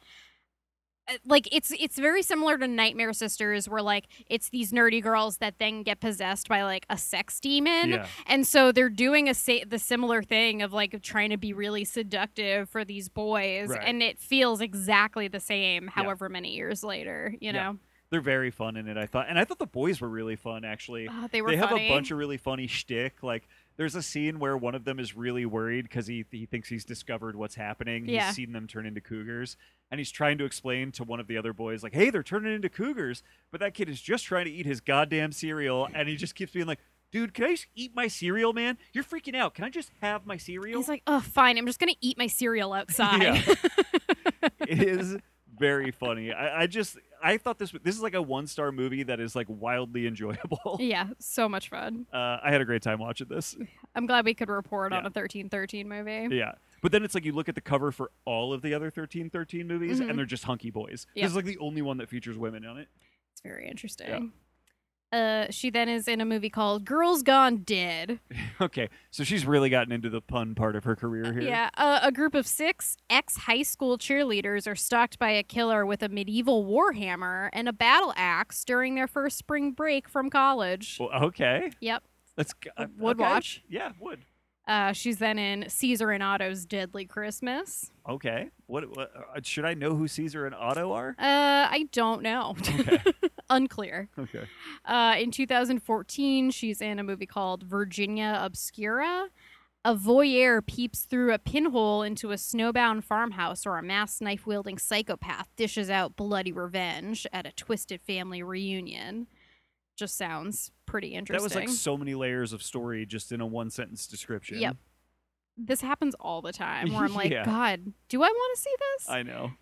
uh, like it's it's very similar to Nightmare Sisters where like it's these nerdy girls that then get possessed by like a sex demon. Yeah. And so they're doing a sa- the similar thing of like trying to be really seductive for these boys Right. and it feels exactly the same however many years later, you Yeah. know. They're very fun in it, I thought. And I thought the boys were really fun, actually. Ah, they were they have funny. a bunch of really funny shtick. Like, there's a scene where one of them is really worried because he, he thinks he's discovered what's happening. Yeah. He's seen them turn into cougars. And he's trying to explain to one of the other boys, like, hey, they're turning into cougars. But that kid is just trying to eat his goddamn cereal. And he just keeps being like, dude, can I just eat my cereal, man? You're freaking out. Can I just have my cereal? He's like, oh, fine. I'm just gonna eat my cereal outside. Yeah. it is very funny. I, I just I thought this this is like a one star movie that is like wildly enjoyable. Yeah, so much fun. Uh, I had a great time watching this. I'm glad we could report on a Yeah. 1313 movie. Yeah. But then it's like you look at the cover for all of the other 1313 movies Mhm. and they're just hunky boys. Yeah. This is like the only one that features women on it. It's very interesting. Uh, she then is in a movie called Girls Gone Dead. Okay. So she's really gotten into the pun part of her career here. Yeah, uh, a group of six ex high school cheerleaders are stalked by a killer with a medieval warhammer and a battle axe during their first spring break from college. Well, okay. yep. Let's g- uh, Would okay. watch. Yeah, would. Uh, she's then in Caesar and Otto's Deadly Christmas. Okay. What, what uh, should I know who Caesar and Otto are? Uh, I don't know. Okay. Unclear. okay. Uh, in 2014, she's in a movie called Virginia Obscura. A voyeur peeps through a pinhole into a snowbound farmhouse where a masked knife wielding psychopath dishes out bloody revenge at a twisted family reunion. Just sounds pretty interesting. That was like so many layers of story just in a one sentence description. Yep. this happens all the time where I'm like, Yeah. God, do I want to see this? I know.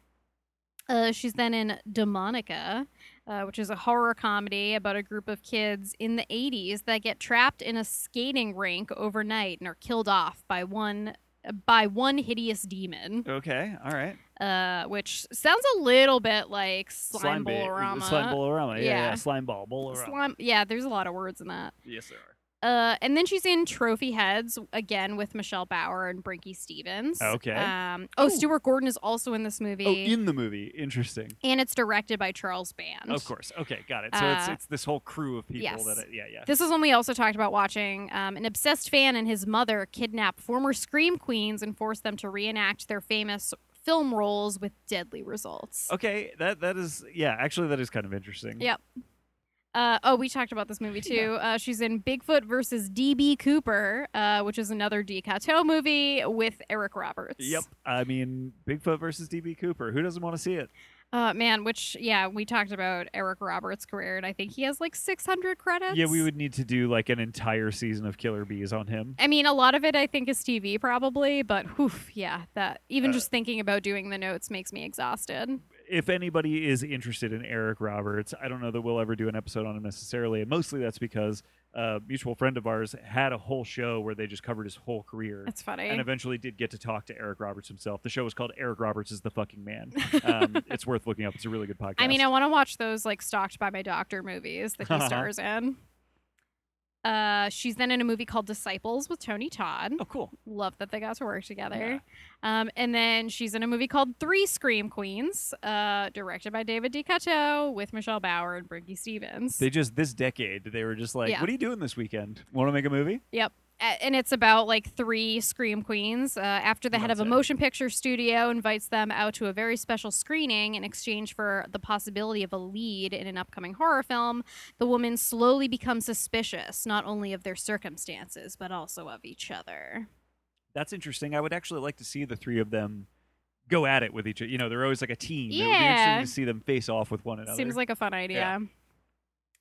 Uh, she's then in Demonica, uh, which is a horror comedy about a group of kids in the 80s that get trapped in a skating rink overnight and are killed off by one uh, by one hideous demon, Okay. All right. uh, which sounds a little bit like slime ba- bolorama. Slime bolorama. Yeah. yeah. Yeah. Slime ball bolorama. Slime- yeah, there's a lot of words in that. Yes, there are. Uh, and then she's in Trophy Heads again with Michelle Bauer and Brinky Stevens. Okay. Um, oh, Ooh. Stuart Gordon is also in this movie, Oh, in the movie. Interesting. and it's directed by Charles Band. Of course. Okay, got it. So it's Uh, it's this whole crew of people yes. that it, yeah, yeah. This is when we also talked about watching um, an obsessed fan and his mother kidnap former Scream Queens and force them to reenact their famous film roles with deadly results. okay, that that is yeah, actually that is kind of interesting. Yep. Uh, oh, we talked about this movie too. Uh, she's in Bigfoot versus DB Cooper, uh, which is another DeCato movie with Eric Roberts. Yep. I mean, Bigfoot versus DB Cooper. Who doesn't want to see it? Uh, man, which yeah, we talked about Eric Roberts' career, and I think he has like 600 credits. Yeah, we would need to do like an entire season of Killer Bees on him. I mean, a lot of it I think is TV probably, but whew, yeah, that even Uh, just thinking about doing the notes makes me exhausted. if anybody is interested in Eric Roberts, I don't know that we'll ever do an episode on him necessarily. And mostly that's because a mutual friend of ours had a whole show where they just covered his whole career. That's funny. and eventually did get to talk to Eric Roberts himself. The show was called Eric Roberts is the fucking man. Um, it's worth looking up. It's a really good podcast. I mean, I want to watch those like stalked by my doctor movies that he Uh-huh. stars in. Uh, she's then in a movie called Disciples with Tony Todd. oh, cool. Love that they got to work together. Um, and then she's in a movie called Three Scream Queens, uh, directed by David DiCato with Michelle Bauer and Brinky Stevens. They just this decade they were just like, Yeah. "What are you doing this weekend? Want to make a movie?" Yep. A- And it's about like three Scream Queens. Uh, after the head of a That's it. motion picture studio invites them out to a very special screening in exchange for the possibility of a lead in an upcoming horror film, the woman slowly becomes suspicious, not only of their circumstances, but also of each other. That's interesting. I would actually like to see the three of them go at it with each other. You know, they're always like a team. It would be Yeah. interesting to see them face off with one another. Seems like a fun idea.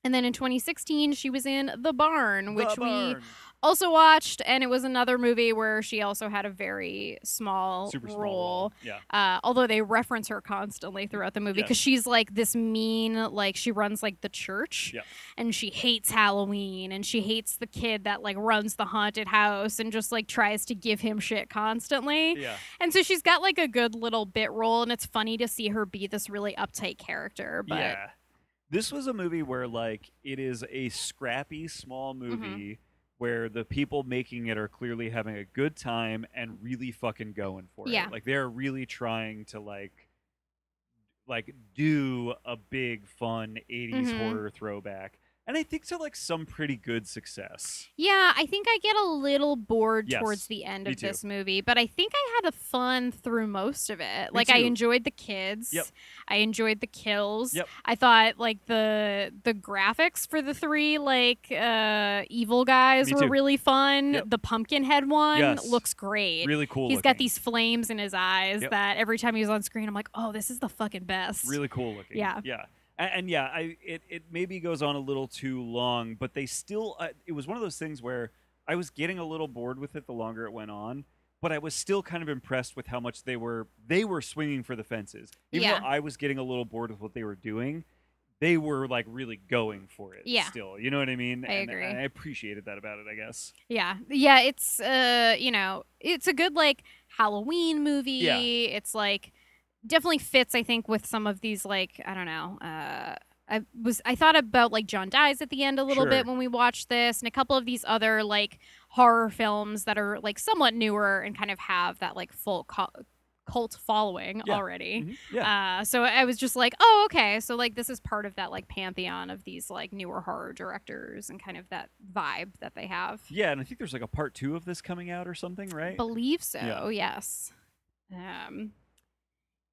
And then in 2016, she was in The Barn, which we also watched, and it was another movie where she also had a very small super small role. role. Yeah. Uh, although they reference her constantly throughout the movie Yes. because she's like this mean, like she runs like the church, Yeah. and she hates Halloween, and she hates the kid that like runs the haunted house and just like tries to give him shit constantly. Yeah. And so she's got like a good little bit role, and it's funny to see her be this really uptight character. But yeah. This was a movie where like it is a scrappy small Mm-hmm. movie where the people making it are clearly having a good time and really fucking going for Yeah. it. Like they're really trying to like like do a big fun 80s Mhm. horror throwback. And I think to like some pretty good success. Yeah, I think I get a little bored Yes, towards the end me of too. this movie, but I think I had a fun through most of it. Me like I too. enjoyed the kids. Yep. I enjoyed the kills. Yep. I thought like the the graphics for the three like uh evil guys Me were too. really fun. Yep. The pumpkin head one Yes. looks great. Really cool. He's got looking. these flames in his eyes Yep. that every time he was on screen I'm like, "Oh, this is the fucking best." really cool looking. Yeah. yeah, and, and yeah, I it it maybe goes on a little too long, but they still. Uh, it was one of those things where I was getting a little bored with it the longer it went on, but I was still kind of impressed with how much they were they were swinging for the fences. Even Yeah. though I was getting a little bored with what they were doing, they were like really going for it. Yeah. still, you know what I mean? I and, agree. and I appreciated that about it. I guess. Yeah. Yeah, it's uh, you know, it's a good like Halloween movie. Yeah. It's like definitely fits I think with some of these like, I don't know, uh I was I thought about like John Dies at the end a little Sure. bit when we watched this and a couple of these other like horror films that are like somewhat newer and kind of have that like full cu- cult following Yeah. already. Mhm. Yeah, Uh, so I was just like, oh, okay. So like this is part of that like pantheon of these like newer horror directors and kind of that vibe that they have. yeah, and I think there's like a part two of this coming out or something, right? Believe so, Yeah. yes. Um,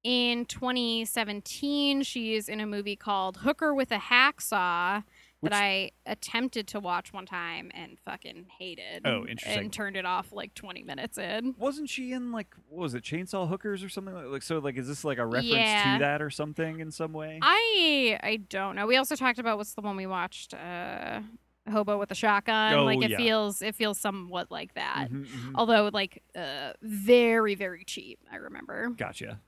in 2017, she's in a movie called Hooker with a Hacksaw Which- that I attempted to watch one time and fucking hated. Oh, interesting. And turned it off like 20 minutes in. wasn't she in like what was it chainsaw hookers or something like, like so like is this like a reference Yeah. to that or something in some way I I don't know. We also talked about what's the one we watched, uh, Hobo with a Shotgun. Oh, like it yeah. feels it feels somewhat like that. Mhm, mhm. Although like uh, very very cheap, I remember. gotcha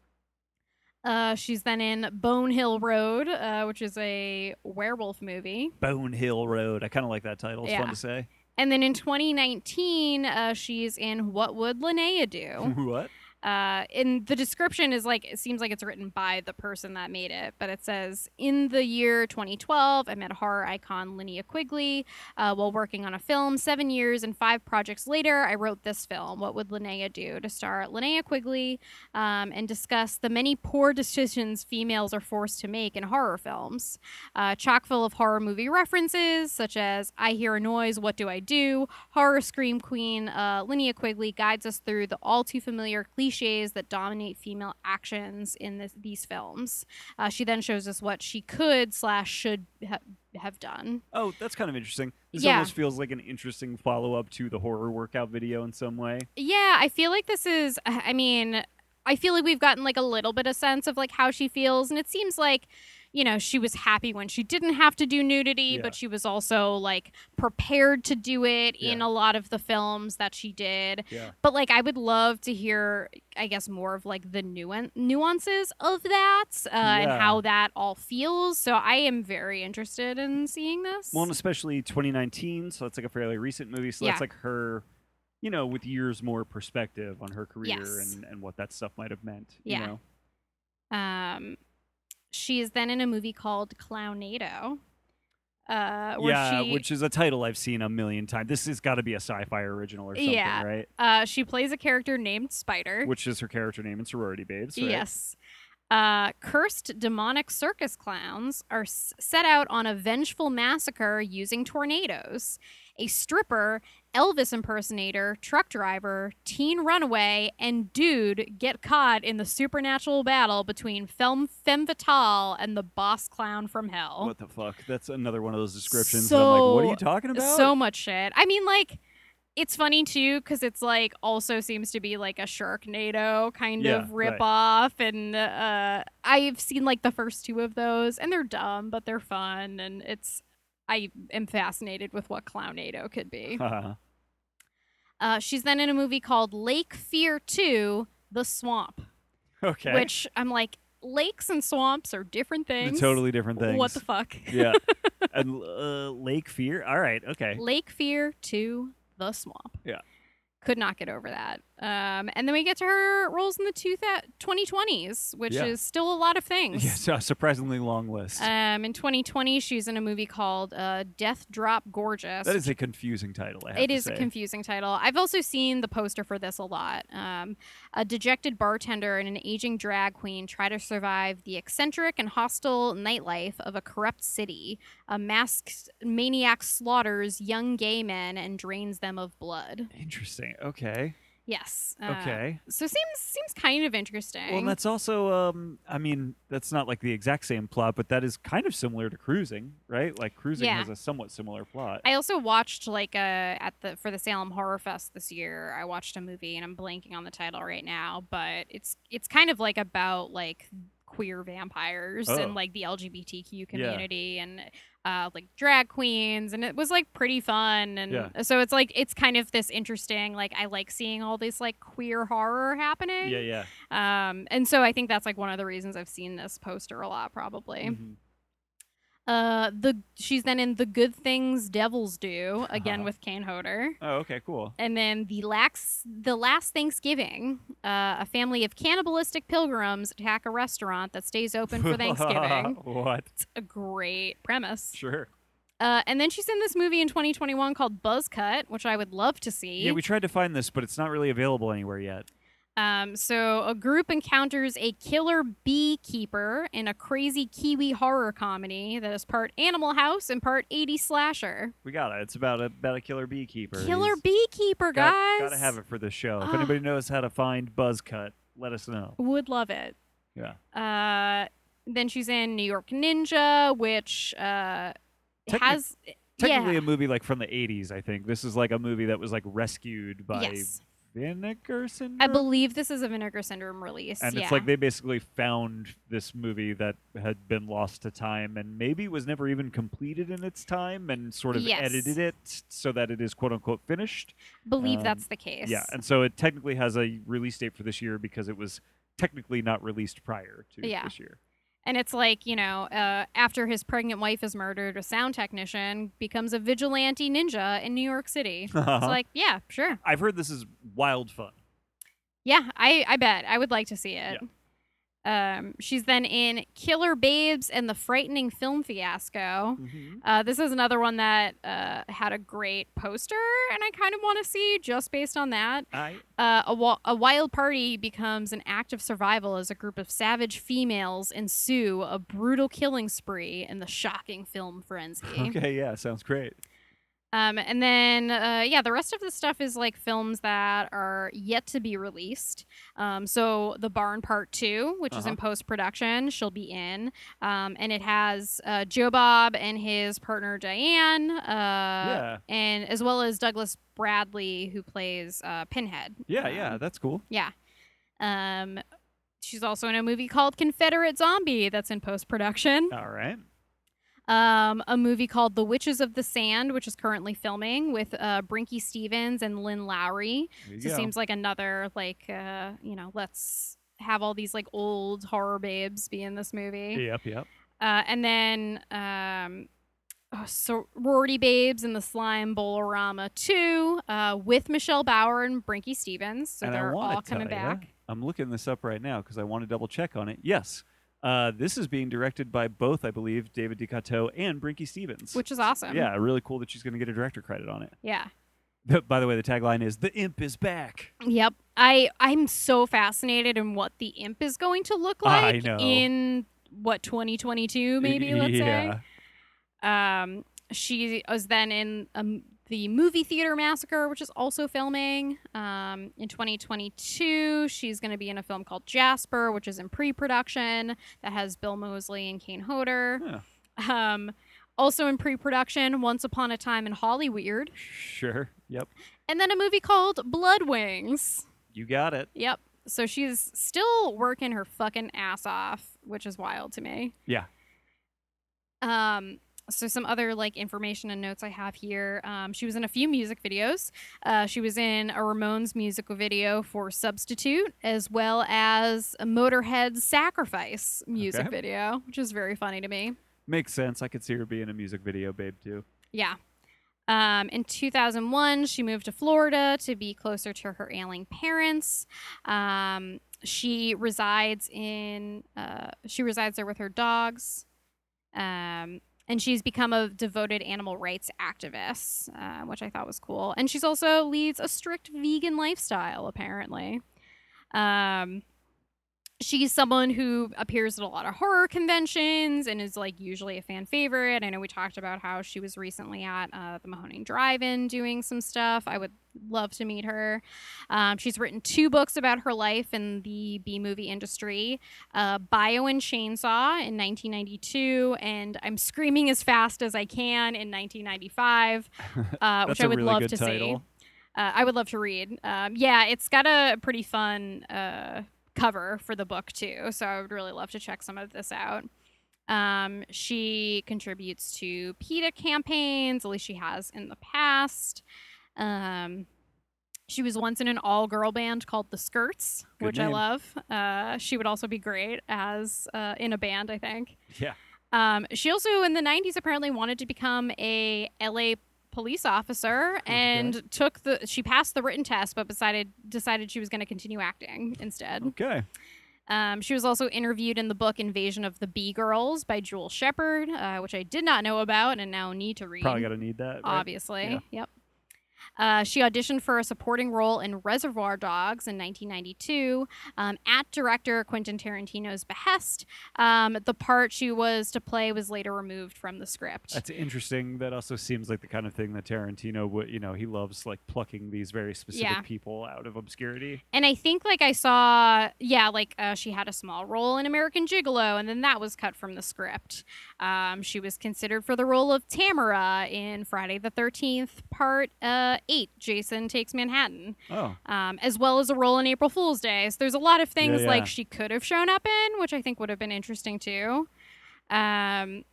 Uh, she's then in Bone Hill Road, uh, which is a werewolf movie. bone hill road i kind of like that title it's fun Yeah. to say And then in 2019, uh, she's in What Would Linnea Do? what uh, and the description is like, it seems like it's written by the person that made it, but it says In the year 2012, I met horror icon Linnea Quigley uh, while working on a film. Seven years and five projects later, I wrote this film, What Would Linnea Do? to star Linnea Quigley um, and discuss the many poor decisions females are forced to make in horror films. Uh, chock full of horror movie references, such as I Hear a Noise, What Do I Do? Horror Scream Queen uh, Linnea Quigley guides us through the all too familiar cliches that dominate female actions in this, these films. Uh, she then shows us what she could slash should ha- have done. oh that's kind of interesting this Yeah. almost feels like an interesting follow-up to the horror workout video in some way Yeah, I feel like this is. uh, I mean, I feel like we've gotten like a little bit of sense of like how she feels, and it seems like, you know, she was happy when she didn't have to do nudity, Yeah. but she was also like prepared to do it in Yeah. a lot of the films that she did. yeah But like, I would love to hear, I guess, more of like the nuan- nuances of that uh, and Yeah. how that all feels. So I am very interested in seeing this. well and especially 2019 so that's like a fairly recent movie so Yeah. that's like her you know with years more perspective on her career Yes. and, and what that stuff might have meant Yeah. you know Um, she is then in a movie called Clownado. Uh, where yeah, she, which is a title I've seen a million times. This has got to be a sci-fi original or something, Yeah. right? uh, she plays a character named Spider. Which is her character name in Sorority Babes, right? Yes. Uh, cursed demonic circus clowns are s- set out on a vengeful massacre using tornadoes. A stripper, Elvis impersonator, truck driver, teen runaway, and dude get caught in the supernatural battle between Femme, femme Fatale and the boss clown from hell. What the fuck? That's another one of those descriptions. that I'm like, what are So- you talking about? so much shit. I mean, like, it's funny too because it's like also seems to be like a Sharknado kind Yeah, of right. ripoff, and uh, I've seen like the first two of those, and they're dumb, but they're fun, and it's I am fascinated with what Clownado could be. Haha. Uh, she's then in a movie called Lake Fear 2 The Swamp, okay. which I'm like, lakes and swamps are different They're things. totally different things. What the fuck? yeah. And uh, Lake Fear. All right. Okay. Lake Fear to the swamp. Yeah. Could not get over that. Um, and then we get to her roles in the two thou- 2020s, which Yeah. is still a lot of things. Yeah, so a surprisingly long list. Um, in 2020, she's in a movie called uh, Death Drop Gorgeous. that is a confusing title. I have It to is say. a confusing title. I've also seen the poster for this a lot. Um, a dejected bartender and an aging drag queen try to survive the eccentric and hostile nightlife of a corrupt city. A masked maniac slaughters young gay men and drains them of blood. Interesting. Okay. Yes. uh, Okay. So seems seems kind of interesting. Well, and that's also, um, I mean, that's not like the exact same plot, but that is kind of similar to Cruising, right? Like Cruising Yeah. has a somewhat similar plot. I also watched like uh at the for the Salem Horror Fest this year. I watched a movie and I'm blanking on the title right now, but it's it's kind of like about like queer vampires Oh. and like the LGBTQ community and uh, like drag queens and it was like pretty fun and Yeah. so it's like it's kind of this interesting like I like seeing all this like queer horror happening. yeah, yeah. Um and so I think that's like one of the reasons I've seen this poster a lot probably. Mhm. Uh, the she's then in the good things devils do again Uh-huh. with Kane Hodder. Oh, okay, cool. And then the lax, the last Thanksgiving, uh, a family of cannibalistic pilgrims attack a restaurant that stays open for Thanksgiving. what? It's a great premise. Sure. Uh, and then she's in this movie in 2021 called Buzz Cut, which I would love to see. Yeah, we tried to find this, but it's not really available anywhere yet. Um, so a group encounters a killer beekeeper in a crazy Kiwi horror comedy that is part Animal House and part 80 slasher. We got it. It's about a about a killer beekeeper. Killer He's beekeeper, got- guys. Gotta have it for the show. If Ah. anybody knows how to find Buzzcut, let us know. Would love it. Yeah. Uh, then she's in New York Ninja, which uh, Technic- has Technically yeah. a movie like from the 80s, I think. This is like a movie that was like rescued by Yes. Vinegar Syndrome. I believe this is a Vinegar Syndrome release. and yeah. it's like they basically found this movie that had been lost to time and maybe was never even completed in its time and sort of Yes. edited it so that it is quote unquote finished. believe um, that's the case. Yeah, and so it technically has a release date for this year because it was technically not released prior to Yeah. this year. And it's like, you know, uh, after his pregnant wife is murdered, a sound technician becomes a vigilante ninja in New York City. It's like, yeah, sure. I've heard this is wild fun. Yeah, I, I bet. I would like to see it. Um, she's then in Killer Babes and the Frightening Film Fiasco. Uh, this is another one that uh, had a great poster, and I kind of want to see just based on that. I Uh, a, wa- a wild party becomes an act of survival as a group of savage females ensue a brutal killing spree in the shocking film frenzy. okay, yeah, sounds great. Um, and then, uh, yeah, the rest of the stuff is like films that are yet to be released. Um, so, The Barn Part 2, which is Uh-huh. in post production, she'll be in. Um, and it has uh, Joe Bob and his partner Diane, uh, Yeah. and as well as Douglas Bradley, who plays uh, Pinhead. Yeah, Um, yeah, that's cool. Yeah. Um, she's also in a movie called Confederate Zombie that's in post production All right. um, a movie called The Witches of the Sand, which is currently filming with uh, Brinky Stevens and Lynn Lowry. There you So it go. seems like another like uh, you know let's have all these like old horror babes be in this movie, Yep, yep. uh, and then. Um, oh, Sorority Babes and the Slime Bolorama 2 uh, with Michelle Bauer and Brinky Stevens. So and I they're wanna all coming tell ya, back. I'm looking this up right now because I want to double check on it. Yes. Uh, this is being directed by both, I believe, David DiCato and Brinky Stevens. Which is awesome. yeah, really cool that she's going to get a director credit on it. Yeah. By the way, the tagline is "The Imp is back." Yep. I I'm so fascinated in what the imp is going to look I like know. in what 2022 maybe let's yeah. say. Um she is then in um, the movie theater massacre which is also filming um, in 2022 she's going to be in a film called jasper which is in pre-production that has bill mosley and kane hoder Huh. um, also in pre-production once upon a time in hollyweird Sure. Yep. and then a movie called blood wings You got it. Yep. So she's still working her fucking ass off, which is wild to me. Yeah. Um, so some other like information and notes I have here. Um, she was in a few music videos. Uh, she was in a Ramones musical video for "Substitute," as well as a Motorhead's "Sacrifice" music Okay. video, which is very funny to me. Makes sense. I could see her being a music video babe too. Yeah. Um, in 2001, she moved to Florida to be closer to her ailing parents. Um, she resides in uh, she resides there with her dogs, um, and she's become a devoted animal rights activist, uh, which I thought was cool. And she's also leads a strict vegan lifestyle, apparently. Um, she's someone who appears at a lot of horror conventions and is like usually a fan favorite. I know we talked about how she was recently at uh, the Mahoning Drive-In doing some stuff. I would love to meet her. Um, she's written two books about her life in the B movie industry: uh, Bio and Chainsaw in 1992, and I'm Screaming as Fast as I Can in 1995, uh, That's which a I would really love good to see title. uh, I would love to read. Um, yeah, it's got a pretty fun uh, cover for the book too, so I would really love to check some of this out. Um, she contributes to PETA campaigns, at least she has in the past. Um, she was once in an all-girl band called The Skirts, Good which I name. love. Uh, she would also be great as uh, in a band, I think. Yeah. Um, she also in the 90s apparently wanted to become a LA police officer and took the she passed the written test but decided decided she was going to continue acting instead. Okay. Um, she was also interviewed in the book Invasion of the Bee Girls by Jewel Shepard, uh, which I did not know about and now need to read Probably gonna need that. right? obviously. Yeah. Yep. Uh, she auditioned for a supporting role in Reservoir Dogs in 1992 um, at director Quentin Tarantino's behest. Um, the part she was to play was later removed from the script. That's interesting. That also seems like the kind of thing that Tarantino would, you know, he loves like plucking these very specific Yeah. people out of obscurity. and I think, like, I saw, yeah, like uh, she had a small role in American Gigolo, and then that was cut from the script. Um, she was considered for the role of Tamara in Friday the 13th, Part uh, 8 Jason Takes Manhattan. Oh, um, as well as a role in April Fool's Day. So there's a lot of things yeah. like she could have shown up in, which I think would have been interesting too. Um,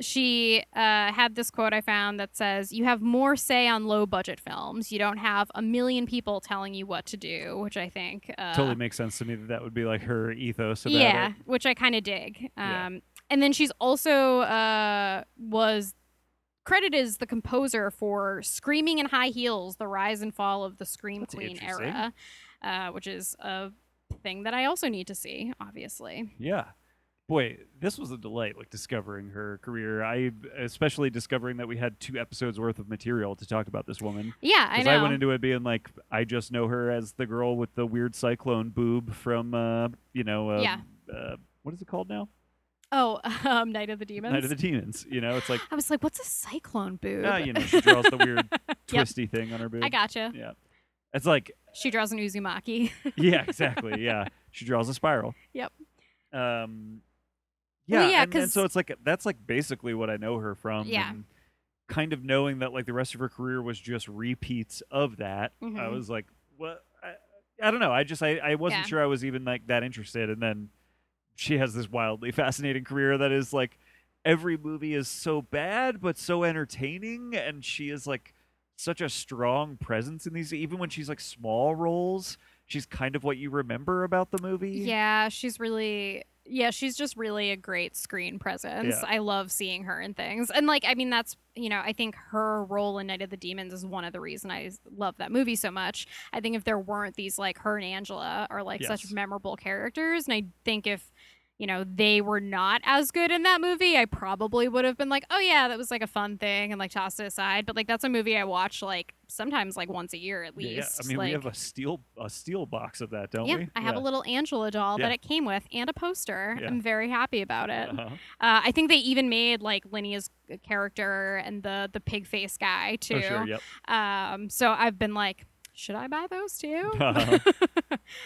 she uh, had this quote I found that says, "You have more say on low budget films. You don't have a million people telling you what to do," which I think uh, totally makes sense to me that that would be like her ethos about yeah, it. which I kind of dig. Um, Yeah. And then she's also uh, was credited as the composer for "Screaming in High Heels: The Rise and Fall of the Scream That's Queen interesting. Era," uh, which is a thing that I also need to see, obviously. Yeah. Boy, this was a delight, like discovering her career. I especially discovering that we had two episodes worth of material to talk about this woman. Yeah, I Because know. I, went into it being like, I just know her as the girl with the weird cyclone boob from, uh, you know, uh, Yeah. uh, what is it called now? oh, um, Night of the Demons. Night of the Demons. You know, it's like, I was like, "What's a cyclone boob?" ah, you know, she draws the weird twisty thing on her boob. I gotcha. Yeah. It's like, She draws an Uzumaki. yeah, exactly. yeah. She draws a spiral. Yep. Um, yeah. Well, yeah, and, and 'cause- so it's like, that's like basically what I know her from. Yeah. and kind of knowing that like the rest of her career was just repeats of that. I Mhm. was like, what? I, I don't know. I just, I, I wasn't Yeah. sure I was even like that interested. And then she has this wildly fascinating career that is like, every movie is so bad but so entertaining and she is like such a strong presence in these even when she's like small roles she's kind of what you remember about the movie Yeah, she's really yeah, she's just really a great screen presence. Yeah. I love seeing her in things. And like I mean that's, you know, I think her role in Night of the Demons is one of the reason I s- love that movie so much. I think if there weren't these like her and Angela are like Yes. such memorable characters and I think if you know they were not as good in that movie i probably would have been like oh yeah that was like a fun thing and like tossed it aside but like that's a movie i watch like sometimes like once a year at Yeah, least yeah. i mean like, we have a steel a steel box of that don't yeah, we I have a little Angela doll Yeah. that it came with and a poster. Yeah. I'm very happy about it. Uh, uh-huh. I think they even made like Linnea's character and the the pig face guy too. oh sure yep Um, so I've been like, should I buy those too? Uh-huh.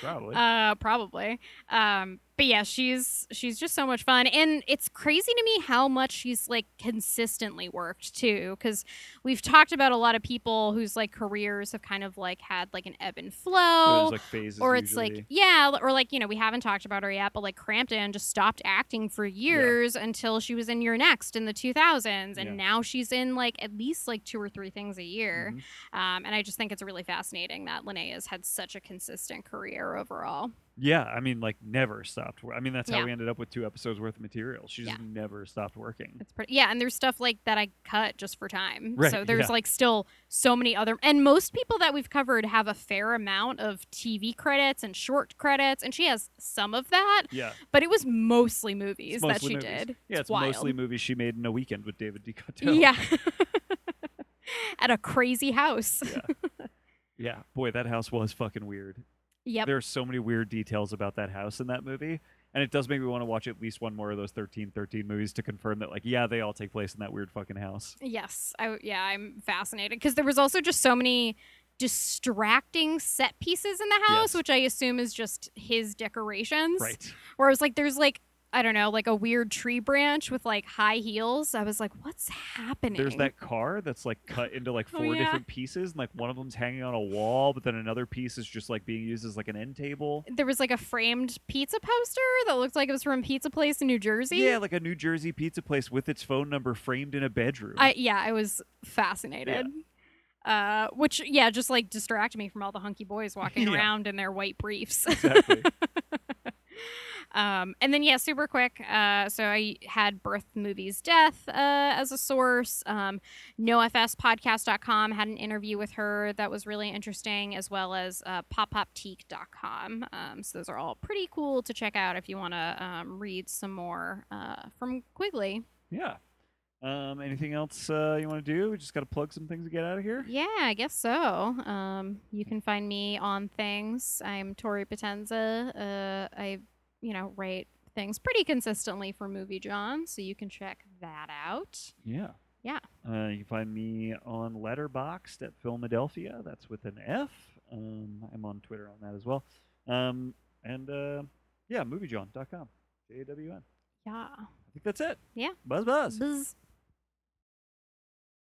probably uh, probably. Um, but yeah, she's she's just so much fun, and it's crazy to me how much she's like consistently worked too. Because we've talked about a lot of people whose like careers have kind of like had like an ebb and flow, like phases oh, or it's usually. like yeah, or like you know we haven't talked about her yet, but like Crampton just stopped acting for years until she was in Your Next in the 2000s, and Yeah. now she's in like at least like two or three things a year, Mhm. um, and I just think it's really fascinating that Linnea's had such a consistent career overall. Yeah, I mean, like never stopped. wor- I mean, that's how Yeah. we ended up with two episodes worth of material. She just never stopped working. It's pretty, yeah, and there's stuff like that I cut just for time. Right, so there's yeah. like still so many other, and most people that we've covered have a fair amount of TV credits and short credits, and she has some of that, Yeah, but it was mostly it's movies that mostly she movies. did. Yeah, it's, wild. mostly movies she made in a weekend with David DeCoteau. Yeah. At a crazy house. yeah. Boy, that house was fucking weird. Yep. There are so many weird details about that house in that movie, and it does make me want to watch at least one more of those thirteen thirteen movies to confirm that, like, yeah, they all take place in that weird fucking house. Yes. I w yeah, I'm fascinated because there was also just so many distracting set pieces in the house, Yes. which I assume is just his decorations. Right. where I was like, there's like, I don't know, like a weird tree branch with like high heels. I was like, what's happening? There's that car that's like cut into like Oh, four yeah. different pieces, and like one of them's hanging on a wall, but then another piece is just like being used as like an end table. There was like a framed pizza poster that looked like it was from a pizza place in New Jersey. Yeah, like a New Jersey pizza place with its phone number framed in a bedroom. I yeah, I was fascinated. Uh, which yeah, just like distracted me from all the hunky boys walking Yeah. around in their white briefs. exactly. Um, and then yeah, super quick. Uh, so I had birth movies death uh, as a source. Um, NoFSpodcast.com had an interview with her that was really interesting, as well as uh, PopPopTeak.com. Um, so those are all pretty cool to check out if you want to um, read some more uh, from Quigley. yeah. Um, anything else uh, you want to do? We just got to plug some things to get out of here. Yeah, I guess so. Um, you can find me on things. I'm Tori Potenza. Uh, I, you know, write things pretty consistently for Movie John, so you can check that out. Yeah. Yeah. Uh, you can find me on Letterboxd at Philadelphia. That's with an F. Um, I'm on Twitter on that as well. Um, and uh, yeah, moviejohn.com. J A W N. Yeah. I think that's it. Yeah. Buzz buzz. Buzz.